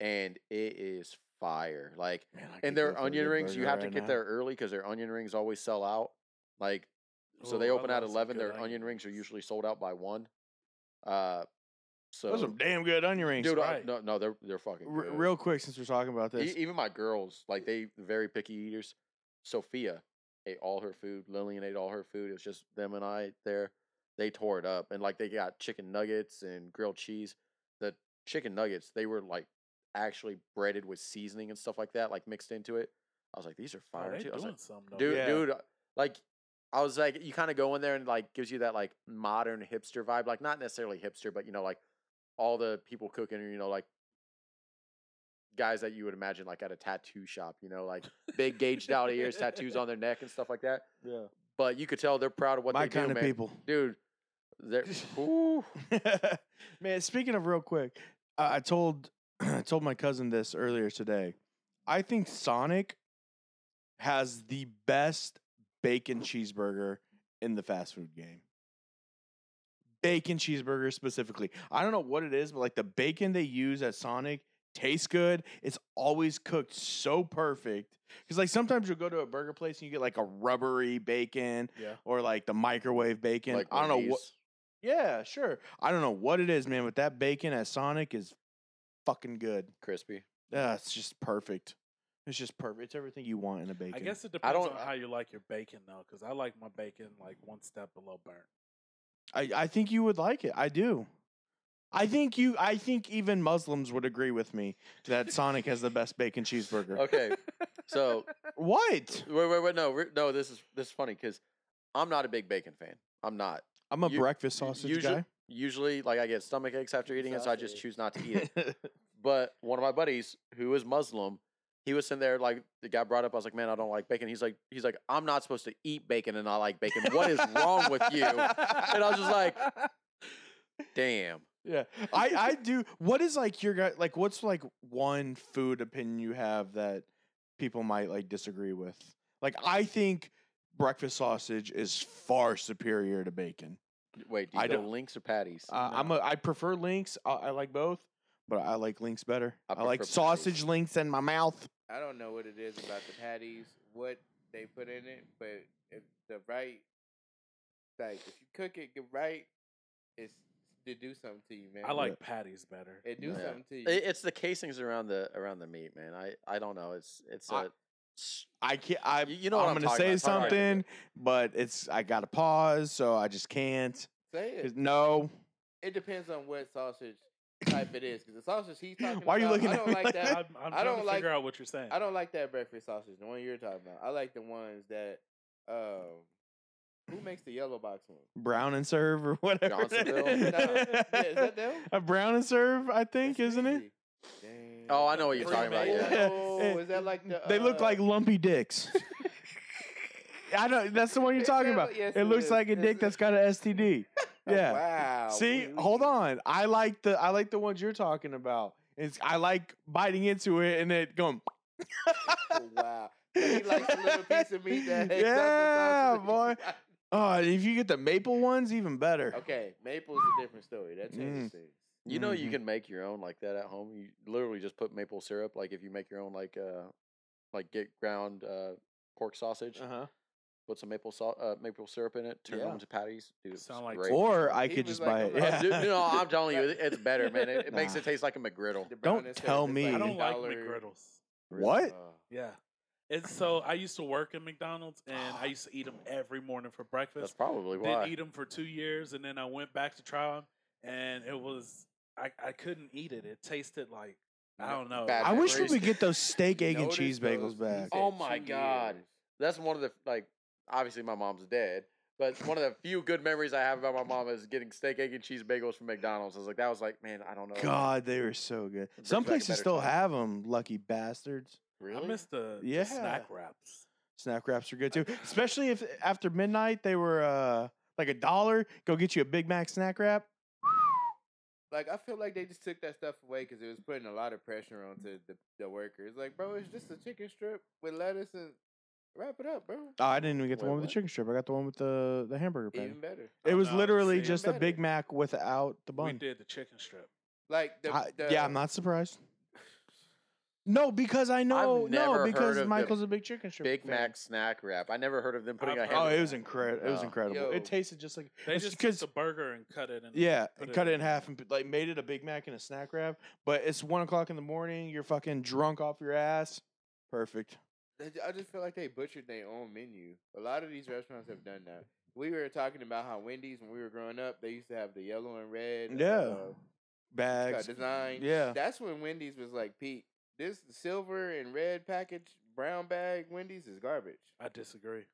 C: and it is fire. Like
A: yeah. Man, I could
C: and
A: go
C: their
A: for a
C: onion
A: good
C: rings, you
A: burger
C: have to
A: right
C: get
A: now.
C: there early because their onion rings always sell out. Like, so
D: Ooh,
A: Oh,
C: they
D: I
C: open at
D: love some
C: eleven.
D: good
C: Their
D: onion
C: onion rings are
D: rings.
C: usually sold out by one. Uh, so
A: Those are damn good onion rings.
C: dude, I-
D: right.
C: no, no, they're they're fucking
A: R-
C: good.
A: real quick, since we're talking about
C: E-
A: this,
C: even my girls, like they very picky eaters. Sophia ate all her food. Lillian ate all her food. It was just them and I there. They tore it up, and like they got chicken nuggets and grilled cheese. The chicken nuggets, they were like actually breaded with seasoning and stuff like that, like mixed into it. I was like, these are
D: Oh,
C: fire
D: they
C: too. I was
D: doing
C: like,
D: something though.
C: dude,
A: Yeah.
C: dude, uh, like. I was like, you kind of go in there and like gives you that like modern hipster vibe, like not necessarily hipster, but you know, like all the people cooking, you know, like guys that you would imagine like at a tattoo shop, you know, like big gauged out ears, tattoos on their neck and stuff like that.
A: yeah,
C: But you could tell they're proud of what
A: my
C: they
A: kind
C: do,
A: of
C: man.
A: people.
C: Dude, There, ooh,
A: Man, speaking of real quick, I I told I told my cousin this earlier today. I think Sonic has the best bacon cheeseburger in the fast food game. Bacon cheeseburger specifically. I don't know what it is, but like the bacon they use at Sonic tastes good. It's always cooked so perfect. Because like sometimes you'll go to a burger place and you get like a rubbery bacon
D: Yeah.
A: or like the microwave bacon.
C: like
A: I don't know what
C: Wendy's.
A: yeah, sure. I don't know what it is, man, but that bacon at Sonic is fucking good.
C: crispy.
A: Ah, it's just perfect. It's just perfect. It's everything you want in a bacon.
D: I guess it depends
C: don't-
D: on how you like your bacon though, because I like my bacon like one step below burnt.
A: I, I think you would like it. I do. I think you I think even Muslims would agree with me that Sonic has the best bacon cheeseburger.
C: Okay, so
A: What?
C: wait, wait, wait. No, re- no. This is this is funny because I'm not a big bacon fan. I'm not.
A: I'm a
C: You-
A: breakfast sausage
C: usually,
A: guy.
C: Usually, like I get stomach aches after eating it, so I just
B: Sausage.
C: choose not to eat it. But one of my buddies who is Muslim, he was sitting there like the guy brought up. I was like, man, I don't like bacon. He's like, he's like, I'm not supposed to eat bacon and I like bacon. What is wrong with you?
A: And
C: I was just like- Damn.
A: Yeah. I, I do what is like your guy like what's like one food opinion you have that people might like disagree with? Like I think breakfast sausage is far superior to bacon.
C: Wait, do you
A: I
C: go
A: don't-
C: links or patties?
A: Uh, I'm a, I prefer links. I, I like both, but I like links better.
C: I
A: I, like
C: prefer patties.
A: sausage links in my mouth.
B: I don't know what it is about the patties, what they put in it, but if the right, like if you cook it get right, it's to do something to you, man.
D: I like patties better.
B: it do
C: Yeah.
B: something to you.
C: It- it's the casings around the around the meat, man. I I don't know. It's it's a
A: I- I can't. I,
C: You- you know what
A: I'm
C: I'm
A: going to
C: talking
A: say
C: about. Sorry.
A: something, but it's I got to pause, so I just can't.
B: Say it.
A: 'Cause No,
B: It depends on what sausage type it is, because the sausage he's talking about,
A: Why are you looking
B: I
A: at
B: don't
A: me
B: like
A: like
B: that.
A: that?
D: I'm, I'm
B: I
D: trying
B: don't
D: to
B: like-
D: figure out what you're saying.
B: I don't like that breakfast sausage, the one you're talking about. I like the ones that, um, who makes the yellow box one? Oh,
A: brown and serve or whatever. it
C: Johnsonville?
A: is.
B: No. Yeah, is that them?
A: A brown and serve, I think,
B: That's
A: isn't it?
B: crazy. Dang.
C: Oh, I know what you're
D: talking about,
B: Oh,
D: yeah.
A: Yeah,
B: is that like the?
A: They look
B: uh,
A: like lumpy dicks. I know that's the one you're talking
B: Yeah,
A: about.
B: yes,
A: it
B: it
A: looks
B: is.
A: like a
B: Yes,
A: dick
B: it-
A: that's got an STD.
B: Oh,
A: Yeah.
B: Wow.
A: See,
B: we- we-
A: hold on. I like the I like the ones you're talking about. It's I like biting into it and it going.
B: Wow. So he likes a little piece of meat that. hangs off the
A: Yeah,
B: sausage.
A: Oh, and if you get the maple ones, even better.
B: okay, maple's a different story. That changes
A: Mm.
B: things.
C: you know you
A: Mhm.
C: can make your own like that at home. You literally just put maple syrup. Like if you make your own like uh like get ground uh pork sausage,
A: Uh-huh.
C: put some maple sau uh, maple syrup in it, turn
A: Yeah.
C: them into patties. Dude, it's
D: Sound like
C: great.
A: Or I
B: He
A: could
B: was
A: just
B: like, "Oh,
A: buy
B: "I'm not
A: it.
C: Uh,
A: Yeah.
C: dude, no, I'm telling you, it- it's better, man. It, it makes
A: Nah.
C: it taste like a McGriddle.
B: The
A: Don't
B: brown and syrup
A: tell
B: is
A: me.
D: I
B: a
D: don't like
B: dollar-
D: McGriddles.
A: what?
C: Uh,
D: Yeah. And so I used to work at McDonald's and I used to eat them every morning for
C: that's
D: breakfast.
C: probably
D: Didn't
C: why.
D: eat them for two years and then I went back to try them and it was, I, I couldn't eat it. It tasted like, I don't know.
C: Bad
A: I wish we
C: memories.
A: would get those steak, egg, and
B: Notice
A: cheese
B: those-
A: bagels
B: he
A: back.
B: said
C: Oh my
B: two
C: God.
B: years.
C: That's one of the like. Obviously, my mom's dead, but one of the few good memories I have about my mom is getting steak, egg, and cheese bagels from McDonald's. I was like, that was like, Oh, man, I don't know.
A: God, they were so good.
C: brings
A: Some
C: back a
A: places
C: better
A: still
C: time.
A: have them. Lucky bastards.
C: really?
D: I miss the, the
A: Yeah.
D: snack wraps.
A: Snack wraps are good too, especially if after midnight they were uh, like a dollar. Go get you a Big Mac snack wrap.
B: Like I feel like they just took that stuff away because it was putting a lot of pressure onto the, the workers. Like, bro, it's just a chicken strip with lettuce and wrap it up, bro.
A: Oh, I didn't even get the
C: Wait,
A: one with
C: what?
A: the chicken strip. I got the one with the the hamburger patty.
B: Even better.
A: It
D: Oh,
A: was
D: no,
A: literally
D: see?
A: just a Big
B: Better.
A: Mac without the
D: We
A: bun.
D: did the chicken strip.
B: Like the,
A: I-
B: the
A: yeah, I'm not surprised. No, because I know no
C: never heard
A: because
C: of the
A: Michael's a big chicken strip.
C: Big
A: fan.
C: Mac snack wrap. I never heard of them putting
D: I've
C: a
D: heard
A: Oh,
C: hamburger.
A: it was incredible. It was
C: No.
A: incredible.
B: Yo.
A: It tasted just like
D: They
A: It's
D: just took
A: because-
D: the burger and cut it. In
A: yeah,
D: put
A: and cut it in half and put- like made it a Big Mac and a snack wrap. But it's one o'clock in the morning. You're fucking drunk off your ass. Perfect.
B: I ju- I just feel like they butchered their own menu. A lot of these restaurants have done that. We were talking about how Wendy's when we were growing up, they used to have the yellow and red. uh,
A: Yeah.
B: uh,
A: Bags.
B: design.
A: Yeah.
B: That's when Wendy's was like, Pete, this silver and red package, brown bag Wendy's is garbage.
D: I disagree.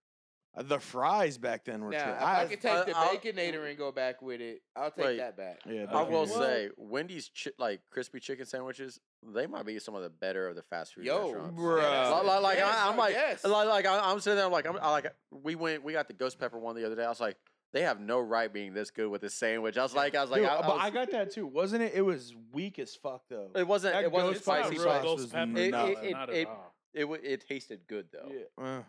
A: Uh, The fries back then were.
B: Now,
A: tri-
B: if I,
A: I-
B: could take
C: I-
B: the
C: I'll-
B: Baconator and go back with it, I'll take
C: Wait.
B: that back.
A: yeah,
D: I
C: I
A: back in
C: will
A: the-
D: Well-
C: say, Wendy's chi- like crispy chicken sandwiches, they might be some of the better of the fast food
B: Yo,
C: restaurants.
A: Bruh.
B: yes,
A: Li-
C: Like, like, like,
B: yes,
C: I, I'm
B: no,
C: like,
B: yes.
C: like, like I, I'm sitting there, I'm like, I'm I like, we went, we got the ghost pepper one the other day. I was like, they have no right being this good with this sandwich. I was like, I was like,
A: Dude,
C: I, I
A: but
C: was-
A: I got that too. Wasn't it? It was weak as fuck though.
C: it wasn't
A: that
C: it wasn't
A: ghost pepper
C: spicy
A: sauce
C: sauce.
A: was nuts.
C: It- it-
D: not
C: it-
D: at all.
C: It wa- it tasted good though.
A: Yeah. Uh,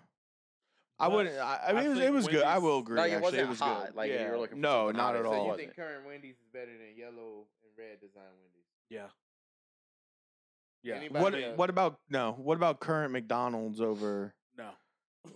A: I
D: But
A: wouldn't. I, I mean,
D: I
A: it was, it
D: think
A: was good. I
D: Wendy's-
A: will agree.
C: Like, it
A: actually,
C: wasn't
A: it was
C: hot,
A: good.
C: like, you
A: yeah.
C: were looking for
A: no,
C: something
A: not
C: hot,
A: at
C: so
A: all.
B: So you
C: wasn't.
B: think current Wendy's is better than yellow and red design Wendy's?
D: Yeah. Yeah.
B: Anybody-
A: What?
B: Yeah.
A: What about no? What about current McDonald's over?
D: no.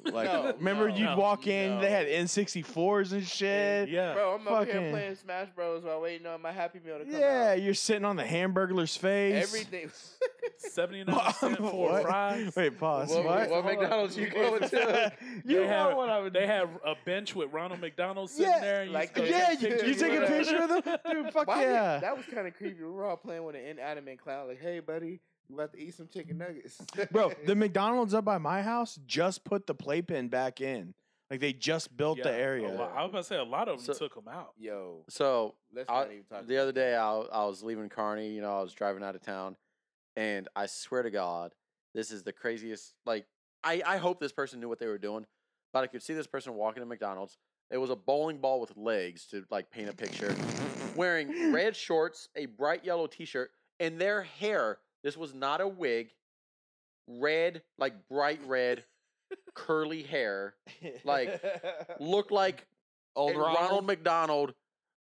A: Like,
B: No,
A: remember
B: no,
A: you'd
D: no,
A: walk in, they had
B: no.
A: N64s and shit.
D: yeah.
B: Bro, I'm up
A: Fucking-
B: here playing Smash Bros while waiting on my Happy Meal to come
A: Yeah,
B: out.
A: you're sitting on the hamburglar's face.
B: Everything.
D: 79 cent for
A: What?
D: fries.
A: Wait, pause.
C: What-
A: What?
C: what McDonald's you going to?
A: you
D: They
A: know
D: have-
A: what I would.
D: They have a bench with Ronald McDonald sitting
A: Yeah,
D: there. And you
B: like
D: just go
B: that.
A: yeah,
D: take
A: you,
B: pictures
A: you take a
B: with her.
A: picture of them, dude. Fuck
B: Why we-
A: yeah.
B: that was kind of creepy. We were all playing with an inanimate clown, like, "Hey, buddy, you about to eat some chicken nuggets?"
A: Bro, the McDonald's up by my house just put the playpen back in. Like they just built
D: Yeah,
A: the
D: a
A: area.
D: lot- I was about to say a lot of them
C: So-
D: took 'em took them out.
B: yo,
C: So
B: let's
C: I-
B: not even talk.
C: the other day I, I was leaving Kearney, you know, I was driving out of town, and I swear to God, this is the craziest. Like, I, I hope this person knew what they were doing, but I could see this person walking to McDonald's. It was a bowling ball with legs to like paint a picture, wearing red shorts, a bright yellow t shirt, and their hair. This was not a wig, red, like bright red, curly hair. like, Looked like
A: old
C: and Ronald McDonald,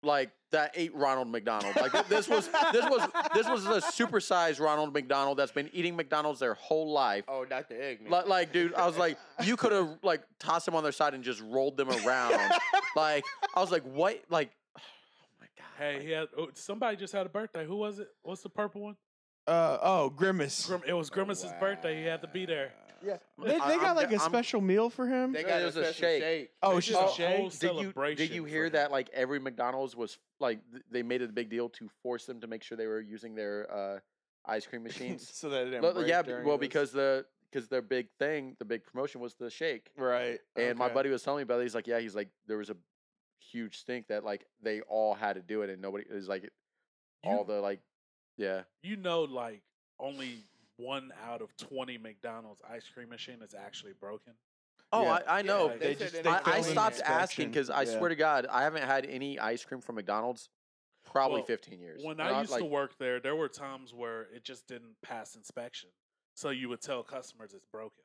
C: like that ate Ronald McDonald. Like th- this was this was this was a supersized Ronald McDonald that's been eating McDonald's their whole life.
B: oh, Doctor Eggman.
C: Like, like, dude, I was like, you could have like tossed him on their side and just rolled them around. like, I was like, what? Like, oh my god.
D: Hey,
C: like,
D: he had oh, somebody just had a birthday. Who was it? What's the purple one?
A: Uh, oh, grimace.
D: Grim, it was Grimace's birthday. He had to be there.
A: Yeah.
C: I'm-
A: They, they
C: I'm-
A: got like a
C: I'm-
A: special meal for him.
B: They
C: Yeah,
B: got
C: it
B: a
C: was a
B: special
C: shake.
B: shake.
A: Oh,
B: They
A: it's
B: did
A: just a
B: a
A: shake?
D: whole
C: Did you did
D: celebration
C: you
D: for
C: hear
D: him.
C: that? Like every McDonald's was like th- they made it a big deal to force them to make sure they were using their uh, ice cream machines.
A: so that it didn't
C: Well,
A: break
C: yeah, be-
A: during
C: well,
A: this.
C: because the because their big thing, the big promotion was the shake,
A: right.
C: and my
A: okay.
C: buddy was telling me about it. He's like, yeah, he's like, there was a huge stink that like they all had to do it, and nobody is like, all the like, yeah,
D: You know, like only one out of twenty McDonald's ice cream machine is actually broken.
C: oh,
A: Yeah.
C: I, I know.
D: like,
A: they
D: they
A: just
B: said
A: they
B: they
C: I,
B: failed
C: I
B: in
A: failed
B: the
C: stopped asking
A: inspection.
C: because I
A: Yeah.
C: swear to God, I haven't had any ice cream from McDonald's probably
D: Well,
C: 15 years.
D: When
C: And
D: I used
C: like,
D: to work there, there were times where it just didn't pass inspection. So you would tell customers it's broken.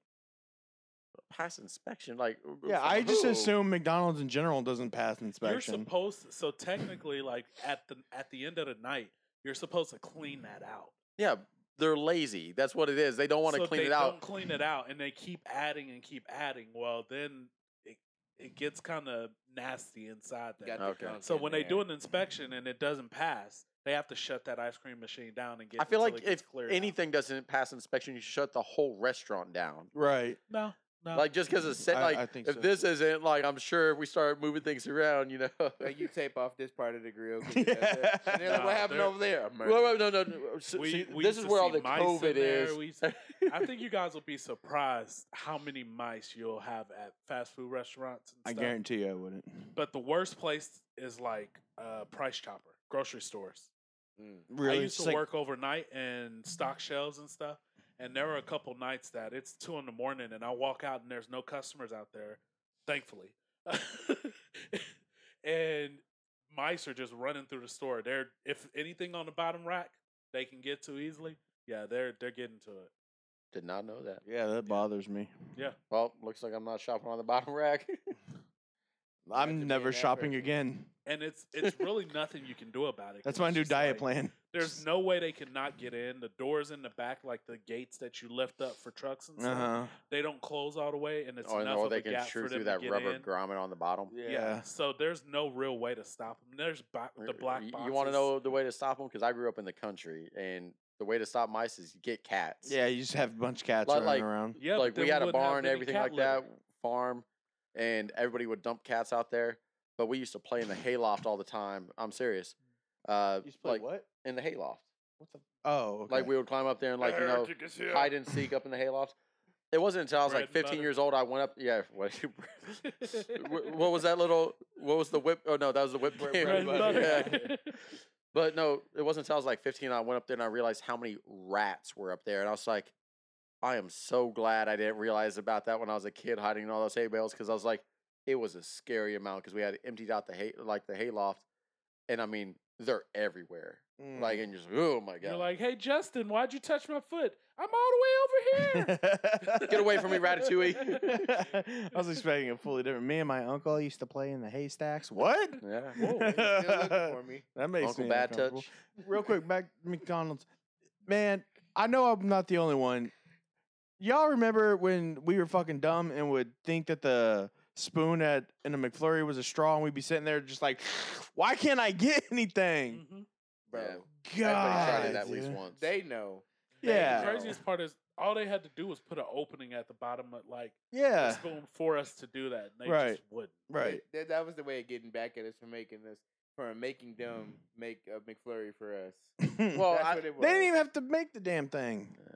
C: pass inspection, like
A: Yeah, I
C: from
A: just
C: who?
A: assume McDonald's in general doesn't pass
D: You're
A: inspection.
D: supposed so technically like at the at the end of the night, you're supposed to clean that out.
C: yeah, they're lazy. That's what it is. They don't want to
D: So
C: clean
D: they
C: it
D: Don't
C: out.
D: clean it out, and they keep adding and keep adding. Well, then it it gets kind of nasty inside there.
B: Got the
C: Okay.
B: gunk
D: So
B: in
D: when they
B: there.
D: do an inspection and it doesn't pass, they have to shut that ice cream machine down and get.
C: I feel
D: until
C: like
D: it gets
C: if
D: cleared out.
C: anything doesn't pass inspection, you shut the whole restaurant down.
A: right.
D: no, no,
C: Like just because it's set,
A: I-
C: like
A: I think
C: if
A: so,
C: this
A: too.
C: isn't like, I'm sure if we start moving things around, you know.
B: like you tape off this part of the grill, get
A: Yeah.
B: it up there, and they're like,
D: Nah,
B: "What happened
D: they're-
B: over there?" A murder.
C: Well, well, no, no, no. uh, So,
D: We-
C: see,
D: we
C: this
D: used
C: is
D: to
C: where all
D: see
C: the
D: mice in
C: COVID
D: there,
C: is.
D: we used to- I think you guys will be surprised how many mice you'll have at fast food restaurants. And
A: I
D: stuff.
A: guarantee you I wouldn't.
D: But the worst place is like uh, Price Chopper, grocery stores.
B: Mm.
A: Really,
D: I used
A: it's
D: to
A: like-
D: work overnight and stock shelves and stuff. And there were a couple nights that it's two in the morning and I walk out and there's no customers out there, thankfully. and mice are just running through the store. They're if anything on the bottom rack they can get to easily, yeah, they're they're getting to it.
C: Did not know that.
A: Yeah, that bothers me.
D: Yeah.
C: Well, looks like I'm not shopping on the bottom rack.
B: have to
A: I'm
B: be
A: never
B: an ad
A: shopping
B: person.
A: again.
D: And it's it's really nothing you can do about it. 'cause
A: That's my
D: it's
A: new
D: just
A: diet
D: like,
A: plan.
D: There's no way they can not get in. The doors in the back, like the gates that you lift up for trucks and
A: Uh
D: stuff,
A: huh.
D: they don't close all the way, and it's
C: or,
D: enough of
C: or Oh, they
D: a
C: can
D: gap
C: chew
D: for them
C: through
D: to
C: that
D: get
C: rubber
D: in.
C: grommet on the bottom.
A: Yeah.
D: So there's no real way to stop them. There's bo- the black
C: You-
D: boxes.
C: You want to know the way to stop them? Because I grew up in the country, and the way to stop mice is you get cats.
A: Yeah, you just have a bunch of cats
C: Like-
A: running
C: like-
A: around.
D: Yeah, but
C: like
D: then
C: we had a
D: wouldn't have
C: barn,
D: any
C: everything
D: cat
C: like that,
D: litter.
C: farm, and everybody would dump cats out there. But we used to play in the hayloft all the time. I'm serious. Uh, like
A: what?
C: in the hayloft,
A: Oh, okay.
C: like we would climb up there and like you know hide and seek up in the hayloft. It wasn't until I was
D: Bread
C: like
D: and
C: 15
D: butter.
C: years old I went up. Yeah, what, wh- what was that little? What was the whip? Oh no, that was the whip.
A: Bread
C: game.
A: and
D: Bread and
A: butter.
C: Yeah.
D: butter.
C: But no, it wasn't until I was like 15 I went up there and I realized how many rats were up there. And I was like, I am so glad I didn't realize about that when I was a kid hiding in all those hay bales because I was like, It was a scary amount because we had emptied out the hay like the hayloft, and I mean they're everywhere.
A: Mm.
C: Like and you're just oh my god,
D: You're like, hey, Justin, why'd you touch my foot? I'm all the way over here.
C: get away from me, Ratatouille.
A: I was expecting a fully different. Me and my uncle used to play in the haystacks. What?
C: yeah,
B: He's still looking for me.
A: That makes
C: Uncle
A: me
C: Bad
A: uncomfortable.
C: Touch.
A: Real quick, back to McDonald's. Man, I know I'm not the only one. Y'all remember when we were fucking dumb and would think that the spoon at in a McFlurry was a straw, and we'd be sitting there just like, "Why can't I get anything?"
D: Mhm.
B: Bro,
A: God,
C: Yeah. Mm. Everybody tried it at least
A: dude.
C: once.
B: they know.
D: The
A: Yeah,
B: Bro.
D: craziest part is all they had to do was put an opening at the bottom of like the
A: yeah,
D: spoon for us to do that. And they
A: Right.
D: just wouldn't.
A: right.
B: That, that was the way of getting back at us for making us, for making them make a McFlurry for us.
A: Mm. well,
C: well,
B: That's
C: I,
B: what it was.
A: they didn't even have to make the damn thing.
C: Yeah.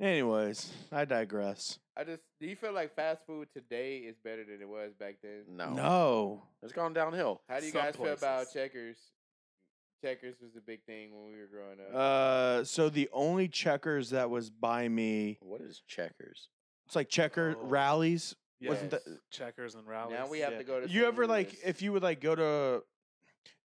A: Anyways, I digress.
B: I just do you feel like fast food today is better than it was back then?
C: no,
A: No,
C: it's gone downhill.
B: How do you
D: Some
B: guys feel about
D: places.
B: checkers? Checkers was the big thing when we were growing up.
A: Uh, so the only checkers that was by me,
C: What is checkers?
A: it's like checker
D: Oh.
A: rallies.
D: Yeah.
A: Wasn't that-
D: checkers and rallies?
B: now we have
A: yeah.
B: to go to.
A: You
B: St.
A: ever like
B: Louis.
A: if you would like go to,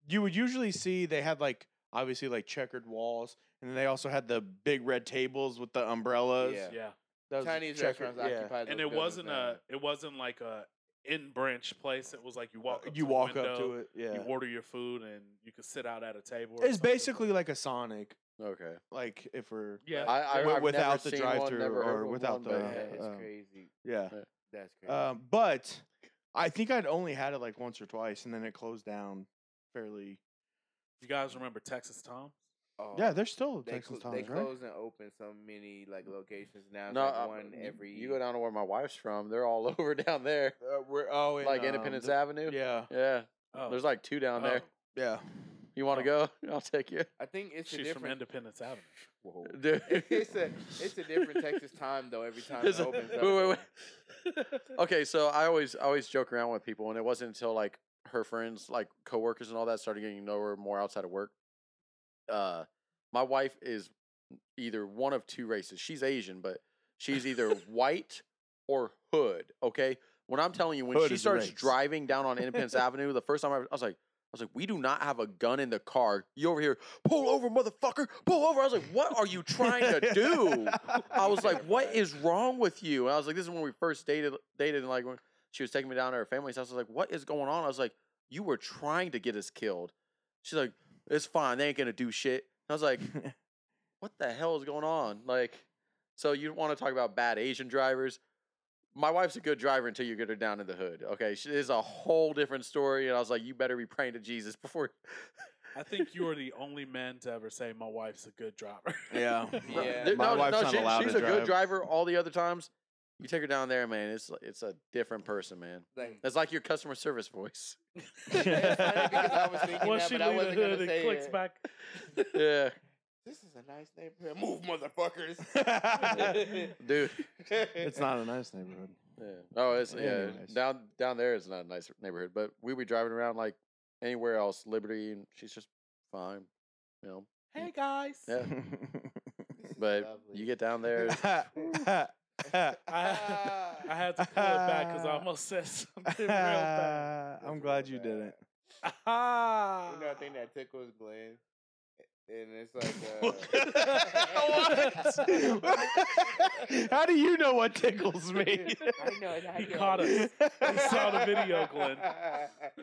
A: you would usually see they had like obviously like checkered walls, and then they also had the big red tables with the umbrellas.
B: Yeah.
D: yeah.
A: That was
B: Chinese
A: checker-
B: restaurants
A: yeah.
B: occupy those
D: and it
B: buildings
D: wasn't
B: now.
D: a it wasn't like a in branch place. It was like you walk up
A: you
D: Uh, to
A: walk
D: the window,
A: up to it. Yeah,
D: you order your food, and you could sit out at a table. or
A: it's
D: something.
A: basically like a Sonic,
C: Okay,
A: like if we're
D: yeah.
C: I, I,
A: Wi-
C: I've never
A: without the
C: seen one,
A: drive-through
C: never heard
A: or
C: of
A: without
C: one, but
A: the-
B: Yeah,
C: yeah.
B: it's
A: uh,
B: crazy.
A: yeah.
B: That's crazy.
A: Um, but I think I'd only had it like once or twice, and then it closed down fairly.
D: you guys remember Texas Tom?
B: Oh,
A: Yeah, there's still
B: they
A: Texas
B: cl-
A: Tom's,
B: They
A: right?
B: close and open so many like locations now. It's
C: No,
B: like
C: I-
B: one
C: you-
B: every.
C: You go down to where my wife's from. They're all over down there,
A: Uh, we're oh, in,
C: like
A: um,
C: Independence
A: the-
C: Avenue.
A: Yeah,
C: Yeah,
D: Oh,
C: there's like two down there.
D: oh,
A: yeah.
C: You want to go? I'll take you.
B: I think it's
D: she's
B: a
D: from
B: different.
D: Independence Avenue.
C: Whoa. Dude.
B: it's a it's a different Texas time though. Every time
C: It's
B: it
C: a-
B: opens. up,
C: wait, wait,
B: though.
C: wait. Okay, so I always I always joke around with people, and it wasn't until like her friends, like coworkers, and all that started getting to know her more outside of work. Uh, my wife is either one of two races. She's Asian, but she's either white or hood. Okay, when I'm telling you, when
A: Hood
C: she
A: is the
C: starts
A: race.
C: driving down on Independence Avenue, the first time I, I was like. I was like, we do not have a gun in the car. You over here, pull over, motherfucker, pull over. I was like, what are you trying to do? I was like, "What is wrong with you?" And I was like, "This is when we first dated." Dated, and like when she was taking me down to her family's house. I was like, "What is going on?" I was like, "You were trying to get us killed." She's like, "It's fine. They ain't gonna do shit." And I was like, "What the hell is going on?" Like, so you want to talk about bad Asian drivers? My wife's a good driver until you get her down in the hood. Okay, she is a whole different story. And I was like, "You better be praying to Jesus before."
D: I think you are the only man to ever say my wife's a good driver.
A: Yeah.
B: Yeah.
C: There-
A: My wife's not allowed
C: She's
A: to
C: a good
A: drive.
C: driver. All the other times, you take her down there, man. It's it's a different person, man.
B: Like,
C: That's like your customer service voice.
B: it's funny because I was thinking
D: Once
B: that,
D: she
B: but I
D: leaves the
B: wasn't gonna
D: hood, it
B: say
D: clicks
B: it.
D: back.
C: yeah,
B: This is a nice neighborhood. Move, motherfuckers.
C: dude.
A: it's not a nice neighborhood.
C: Yeah. Oh, it's yeah.
A: Anyways.
C: Down down there is not a nice neighborhood, but we be driving around like anywhere else, Liberty, and she's just fine. You know,
D: Hey guys.
C: Yeah. but you get down there.
D: I had to pull it back because I almost said something real bad.
A: I'm glad you didn't.
D: Ah.
B: You know, I think that tickles Glenn, and it's like. Uh,
A: What? How do you know what tickles me?
B: I know. I
D: He
B: know.
D: caught us. He saw the video, Glenn.
A: Oh,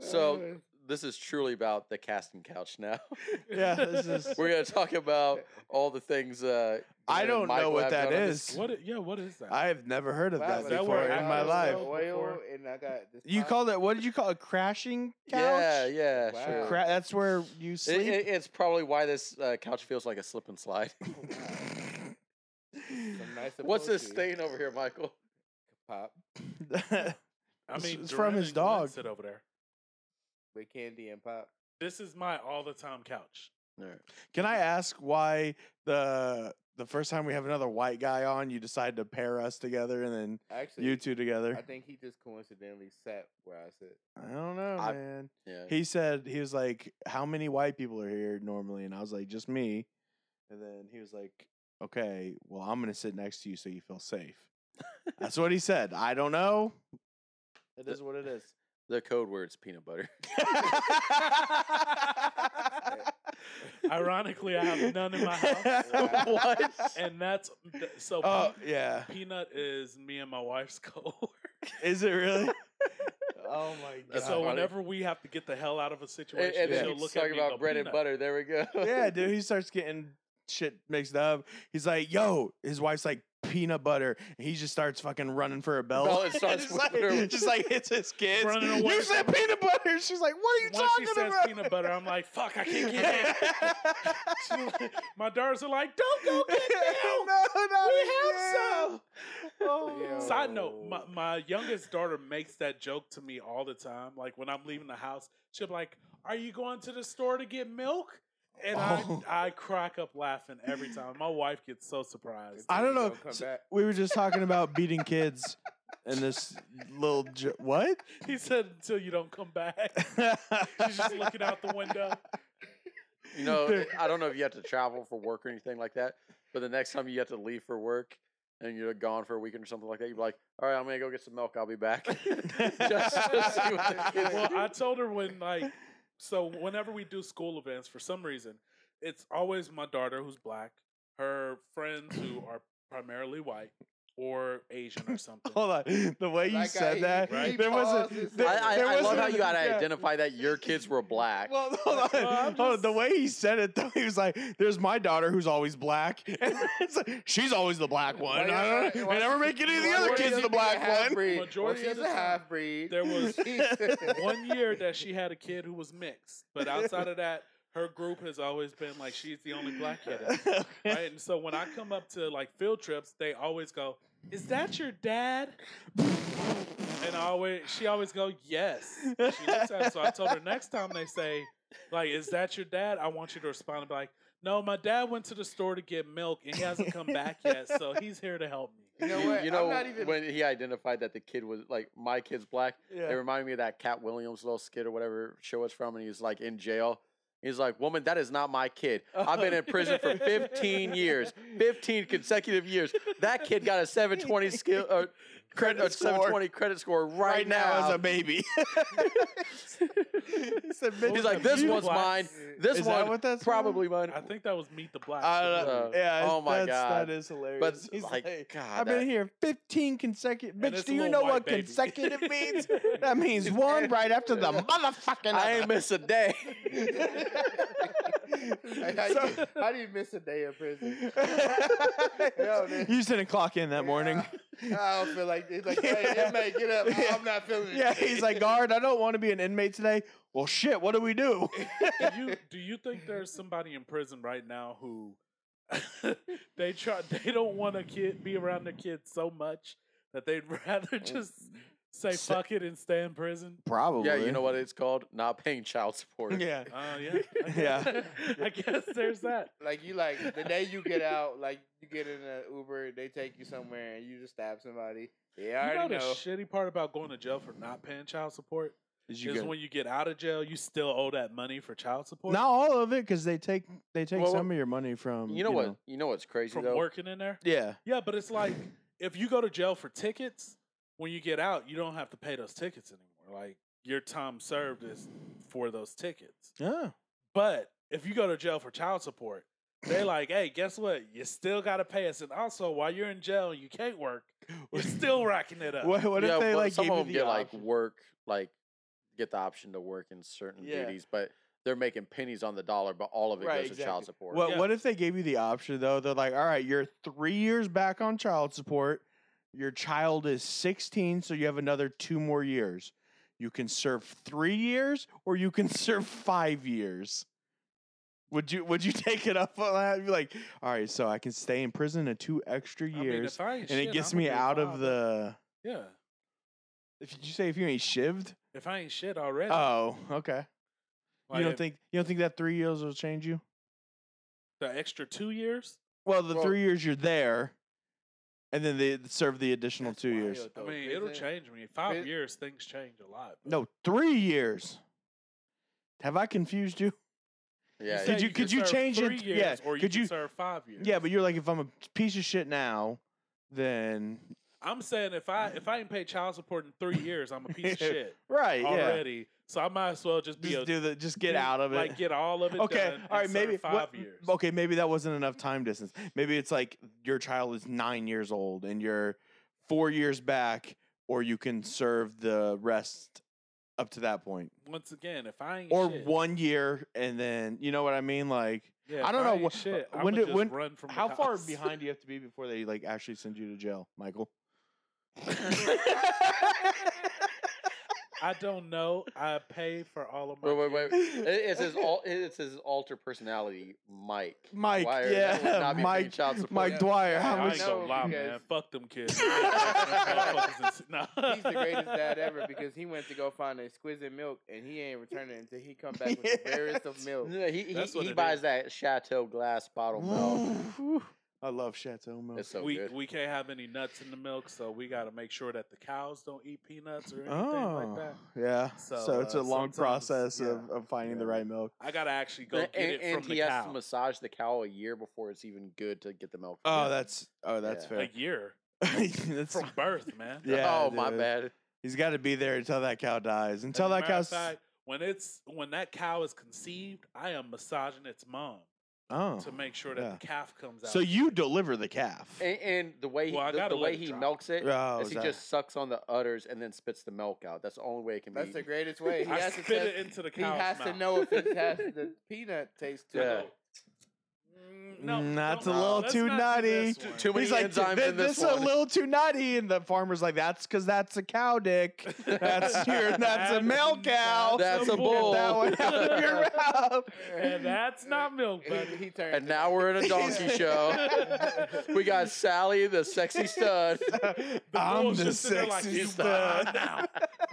C: So this is truly about the casting couch now.
A: Yeah, this is-
C: We're gonna talk about all the things. Uh,
A: I
C: Glenn and
A: don't know
C: Michael
A: what
C: have
A: that
C: done on this
A: is.
D: What? i- Yeah. What is that?
A: I've never heard of
B: Wow,
A: that
B: is
D: that
A: before
D: where
A: in my
D: Adam's
A: life.
D: going?
B: Oil, and I got this
A: You
B: pot-
A: called it what did you call it? Crashing couch?
C: Uh, Yeah, yeah,
B: Wow.
C: sure.
A: Cra- that's where you
C: It-
A: sleep.
C: it- it's probably why this uh, couch feels like a slip and slide.
B: some nice
C: What's this
B: emoji.
C: stain over here, Michael?
B: Pop
D: I
A: It's-
D: mean,
A: it's from
D: Duran
A: his
D: and Glenn
A: dog.
D: Sit over there.
B: with candy and pop.
D: This is my all the time couch.
A: Can I ask why the the first time we have another white guy on, you decide to pair us together and then
B: Actually,
A: you two
B: I
A: together?
B: think he just coincidentally sat where I sit.
A: I don't know,
C: I-
A: man.
C: Yeah.
A: He said he was like, "How many white people are here normally?" And I was like, "Just me." And then he was like, "Okay, well, I'm gonna sit next to you so you feel safe." That's what he said. I don't know.
C: The-
A: what it is.
C: The code word's peanut butter.
D: Ironically, I have none in my house,
C: What?
D: and that's th- so.
A: Oh
D: pe-
A: yeah,
D: Peanut is me and my wife's coworker.
A: is it really? oh my god!
C: That's
D: so
C: funny.
D: whenever we have to get the hell out of a situation,
C: and, and then
D: she'll
C: he's
D: look
C: talking
D: at me and go,
C: about bread and
D: "Peanut."
C: butter. There we go.
A: yeah, dude, he starts getting shit mixed up. He's like, "Yo," his wife's like, "Peanut butter," and he just starts fucking running for a bell.
C: Bell and starts
A: just, like,
C: whipping her.
A: just like hits his kids.
D: Running away
A: You said
D: from-
A: peanut butter. She's like, "What are you
D: Once she
A: talking
D: says
A: about?"
D: peanut butter, I'm like, "Fuck, I can't get it." my daughters are like, "Don't go get
A: no,
D: them."
A: no,
D: We have some.
A: Oh.
D: Side note, my, my youngest daughter makes that joke to me all the time. Like when I'm leaving the house, she'll be like, Are you going to the store to get milk? And
A: Oh.
D: I, I crack up laughing every time. My wife gets so surprised.
A: I don't know.
B: Don't come
A: So-
B: back.
A: we were just talking about beating kids, and this little jo- what?
D: He said, Until you don't come back. She's just looking out the window.
C: You know,
A: Dude.
C: I don't know if you have to travel for work or anything like that, but the next time you have to leave for work and you're gone for a weekend or something like that, you're like, all right, I'm gonna go get some milk. I'll be back. just see what the kids
D: Well, I told her when, like, so whenever we do school events, for some reason, it's always my daughter who's black, her friends who are primarily white or Asian or something.
A: Hold on. The way you
B: Like, I-
A: said
B: he-
A: that,
D: he
A: there was
B: pauses
A: a.
B: and-
A: There,
C: I,
A: there
C: I, I
A: was
C: love
A: a-
C: how you had to
A: yeah.
C: identify that your kids were black.
A: Well, hold on.
D: Well, I'm
A: hold on. The
D: just-
A: way he said it, though, he was like, "There's my daughter who's always black, and it's like, she's always the black one.
B: Why
A: I,
B: y'all-
A: don't-
B: why-
A: I never make any of the
B: why
A: other
B: would
A: kids
B: she
A: the
B: be a
A: black one."
B: half-breed? Well,
D: Majority of
B: she's
D: the
B: a
D: time,
B: half breed.
D: there was
B: one.
D: one year that she had a kid who was mixed, but outside of that, her group has always been like she's the only black kid. in it, Right, and so when I come up to like field trips, they always go, "Is that your dad?" And I always, she always go, "Yes." And she looks at him, so I told her next time they say, "Like, is that your dad?" I want you to respond and be like, "No, my dad went to the store to get milk and he hasn't come back yet, so he's here to help me."
B: You know what?
C: You know,
B: I'm not even.
C: when he identified that the kid was like my kid's black, it
A: Yeah.
C: reminded me of that Cat Williams little skit or whatever show it's from, and he's like in jail. He's like, woman, that is not my kid.
A: Oh,
C: I've been in prison for 15 years, 15 consecutive years. That kid got a 720 skill or credit,
A: Credit
C: a
A: score.
C: 720 credit score right,
A: Right now, as a baby, He said, "Bitch,
C: He's
D: Those
C: like,
D: are
C: this
D: beautiful
C: one's mine.
D: blacks.
C: This
A: Is that
C: one
A: what that's from?
C: probably mine.
D: I think that was Meet the Black.
A: I
D: Kid.
A: don't know.
C: Uh,
A: yeah,
C: oh my
A: that's,
C: God.
A: that is hilarious.
C: But
A: He's
C: like,
A: like,
C: God,
A: I've
C: that-
A: been here 15 consecutive.
D: And
A: Bitch,
D: it's
A: do
D: a
A: you
D: little
A: know
D: white
A: what
D: baby.
A: consecutive means? that means one right after the motherfucking.
C: I ain't miss a day.
B: Like,
A: other.
B: how,
A: So-
B: you, how do you miss a day in prison? Yo,
A: you
B: dude.
A: didn't clock in that morning.
B: I don't feel like it's like, hey, inmate, get up. I- I'm not feeling it.
A: Yeah, he's like, guard, I don't want to be an inmate today. Well, shit, what do we do?
D: do you do you think there's somebody in prison right now who they try they don't want a kid be around their kid so much that they'd rather just say
A: Sa-
D: fuck it and stay in prison?
A: Probably.
C: yeah, you know what it's called? Not paying child support.
A: Yeah.
D: Uh, yeah, I
A: Yeah.
D: guess- I guess there's that.
B: Like you like the day you get out, like you get in an Uber, they take you somewhere, and you just stab somebody. Yeah, I
D: You know
B: already
D: the
B: know.
D: shitty part about going to jail for not paying child support
A: Did
D: is when you get out of jail, you still owe that money for child support
A: Not all of it, because they take they take
C: Well,
A: some of your money from
C: You know what? You know what's crazy
D: from
C: though?
D: working in there.
A: Yeah.
D: Yeah, but it's like if you go to jail for tickets, when you get out, you don't have to pay those tickets anymore. Like your time served is for those tickets.
A: Yeah.
D: But if you go to jail for child support, they like, hey, guess what? You still gotta pay us. And also, while you're in jail, and you can't work. You're still racking it up.
A: What, what
C: yeah,
A: if they
C: but
A: like
C: some
A: gave
C: of
A: you
C: them
A: the
C: get like
A: option?
C: work, like get the option to work in certain
A: Yeah.
C: duties, but they're making pennies on the dollar, but all of it
B: Right,
C: goes to child
B: exactly.
C: support.
A: Well,
D: Yeah.
A: what if they gave you the option though? They're like, all right, you're three years back on child support. Your child is 16, so you have another two more years. You can serve three years, or you can serve five years. Would you Would you take it up on that? Be like, all right, so I can stay in prison a two extra
D: I mean,
A: years,
D: if I
A: and
D: ain't shit,
A: it gets
D: I'ma
A: me
D: do
A: out of
D: five.
A: the.
D: Yeah.
A: If you say if you ain't shivved,
D: If I ain't shit already.
A: oh, okay.
D: Like,
A: you don't
D: if
A: think you don't think that three years will change you?
D: the extra two years?
A: Well, the
B: Well-
A: three years you're there, and then they serve the additional
B: That's
A: two
B: wild,
A: years.
D: I
B: though.
D: mean, it'll
B: Prison-
D: change me. Five
B: Pris-
D: years, things change a lot. but-
A: No, three years. Have I confused you?
C: yeah,
A: said
C: yeah.
A: you- could you
D: serve
A: change it-
D: three Years,
A: yeah,
D: Or you
A: could
D: could
A: you-
D: serve five years.
A: Yeah, but you're like, if I'm a piece of shit now, then
D: I'm saying if I if I ain't paid child support in three years, I'm a piece of shit
A: Right. Yeah.
D: already. So I might as well just be
A: Just
D: a
A: do the. Just get out of it.
D: Like get all of it.
A: okay.
D: done
A: All
D: and
A: right.
D: serve
A: Maybe
D: five
A: what-
D: years.
A: Okay. Maybe that wasn't enough time distance. Maybe it's like your child is nine years old and you're four years back, or you can serve the rest up to that point,
D: Once again, if I ain't
A: or
D: shit,
A: one year and then you know what I mean. Like
D: yeah,
A: I
D: if
A: don't know
D: ain't
A: what-
D: shit,
A: when
D: I'ma
A: did-
D: just
A: when-
D: run from the
A: how far
D: cops.
A: behind do you have to be before they like actually send you to jail, Michael?
D: I don't know. I pay for all of my.
C: Wait, wait, wait.
D: kids.
C: It, it's his al- it's his alter personality, Mike.
A: Mike,
C: Why are-
A: yeah,
C: that would not be paying
A: Mike-
C: child support.
A: Mike
B: Yeah.
A: Dwyer. How
B: Yeah,
D: I
A: much?
D: ain't
B: know
D: gonna lie,
B: because-
D: man. Fuck them kids. Motherfuckers is- nah.
B: He's the greatest dad ever because he went to go find exquisite milk and he ain't returning it until he come back with the rarest of milk.
C: No, uh, he he,
D: That's what
C: he
D: it
C: buys
D: is.
C: that Chateau glass bottle milk.
A: Ooh, I love Chateau milk.
C: It's so
D: we
C: good.
D: we can't have any nuts in the milk, so we got to make sure that the cows don't eat peanuts or anything like that.
A: Oh, yeah. So,
D: So,
A: it's
D: uh,
A: a long
D: sometimes-
A: process
D: yeah.
A: of, of finding the
C: Yeah.
A: right milk.
D: I gotta actually go
C: and,
D: get it
C: and
D: from
C: he
D: the
C: has
D: cow.
C: to massage the cow a year before it's even good to get the milk. from
A: Oh,
C: it.
A: that's oh, that's
C: Yeah.
A: fair.
D: A year
A: that's,
D: from birth, man.
A: yeah.
C: oh my
A: dude.
C: bad.
A: He's got to be there until that cow dies.
D: As a
A: Until that
D: matter
A: cow.
D: of fact, when it's when that cow is conceived, I am massaging its mom
A: oh.
D: to make sure that
A: yeah.
D: the calf comes out.
A: So you deliver the calf.
C: And, and the way he,
D: Well, I
C: the,
D: gotta
C: the
D: let
C: way
D: it
C: he
D: drop.
C: milks it
A: Oh,
C: is
A: is
C: he
A: that-
C: just sucks on the udders and then spits the milk out. That's the only way it can
B: That's
C: be.
B: the greatest way. He
D: I
B: has to
D: spit it
B: test,
D: into the
B: He
D: cow's
B: has
D: mouth.
B: to know if it has the peanut taste to
C: Yeah.
B: it.
D: Mm, no,
A: Mm, that's
D: don't-
C: a little
D: let's
A: too
D: not
A: nutty.
D: do this one.
C: Too many
A: He's like,
C: enzymes
A: "Th-
C: in this,
A: this a
C: one.
A: little too nutty, and the farmer's like, "That's because that's a cow dick. That's your, that's a
D: That's
A: male cow.
D: not
C: That's
A: Get that
C: a bull."
A: one out of your mouth."
D: And that's not milk,
B: He,
D: buddy.
B: he turned.
C: and now we're in a donkey show. We got Sally, the sexy stud.
A: I'm
D: bull's
A: the
D: just sitting there like,
A: sexy
D: "You
A: stud.
D: blind now."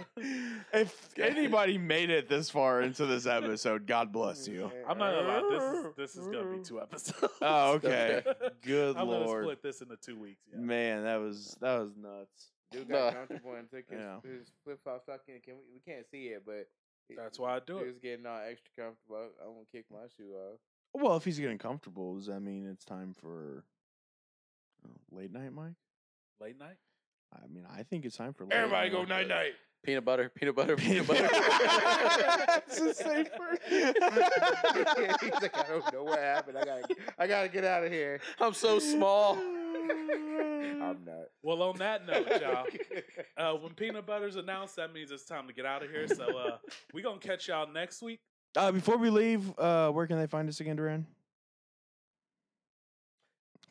A: if anybody made it this far into this episode, God bless you.
D: I'm not gonna lie. This is, this is gonna be two episodes.
A: Oh, okay. Good
D: I'm gonna
A: lord,
D: split this into two weeks. Yeah.
A: man, that was that was nuts.
B: Dude
C: Nah.
B: got comfortable and took his,
A: Yeah.
B: his flip flop stocking. Can we? We can't see it, but it-
D: That's why I do
B: he
D: it.
B: was getting all extra comfortable. I- I won't kick my shoe off.
A: Well, if he's getting comfortable, does that mean it's time for uh, late night, Mike?
D: Late night.
A: I mean, I think it's time for late
B: Everybody go night
A: night.
B: night.
C: Peanut butter, peanut butter, peanut butter.
A: It's the same word.
B: He's like, I don't know what happened. I gotta, I gotta get out of here.
C: I'm so small.
B: I'm not.
D: Well, on that note, y'all, uh, when peanut butter's announced, that means it's time to get out of here. So uh, we gonna catch y'all next week.
A: Uh, before we leave, uh, where can they find us again, Duran?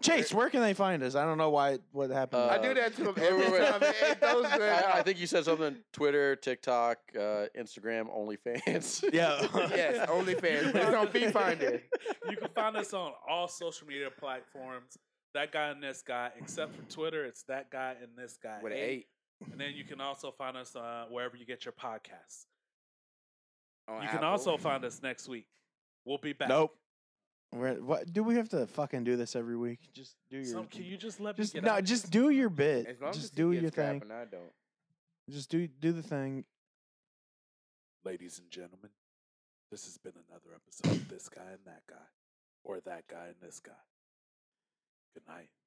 A: Chase, where can they find us? I don't know why what happened.
C: Uh,
B: I do that to him
C: Wait,
B: every
C: wait, wait.
B: time. It ain't those good.
C: I, I think you said something. Twitter, TikTok, uh, Instagram, OnlyFans.
A: yeah.
B: yes, OnlyFans. It's on Fee Finder.
D: You can find us on all social media platforms. That guy and this guy, except for Twitter, it's that guy and this guy.
B: With an
D: eight.
B: eight.
D: And then you can also find us uh, wherever you get your podcasts.
B: On
D: you can
B: Apple.
D: also find us next week. We'll be back.
A: Nope. Where, what do we have to fucking do this every week? Just do your.
D: Some, can you just let
A: just
D: me get
A: no,
D: out?
A: just do your bit.
B: As long as
A: Just
B: he
A: do
B: gets
A: your
B: crap
A: thing.
B: and I don't.
A: Just do do the thing.
D: Ladies and gentlemen, this has been another episode of This Guy and That Guy, or That Guy and This Guy. Good night.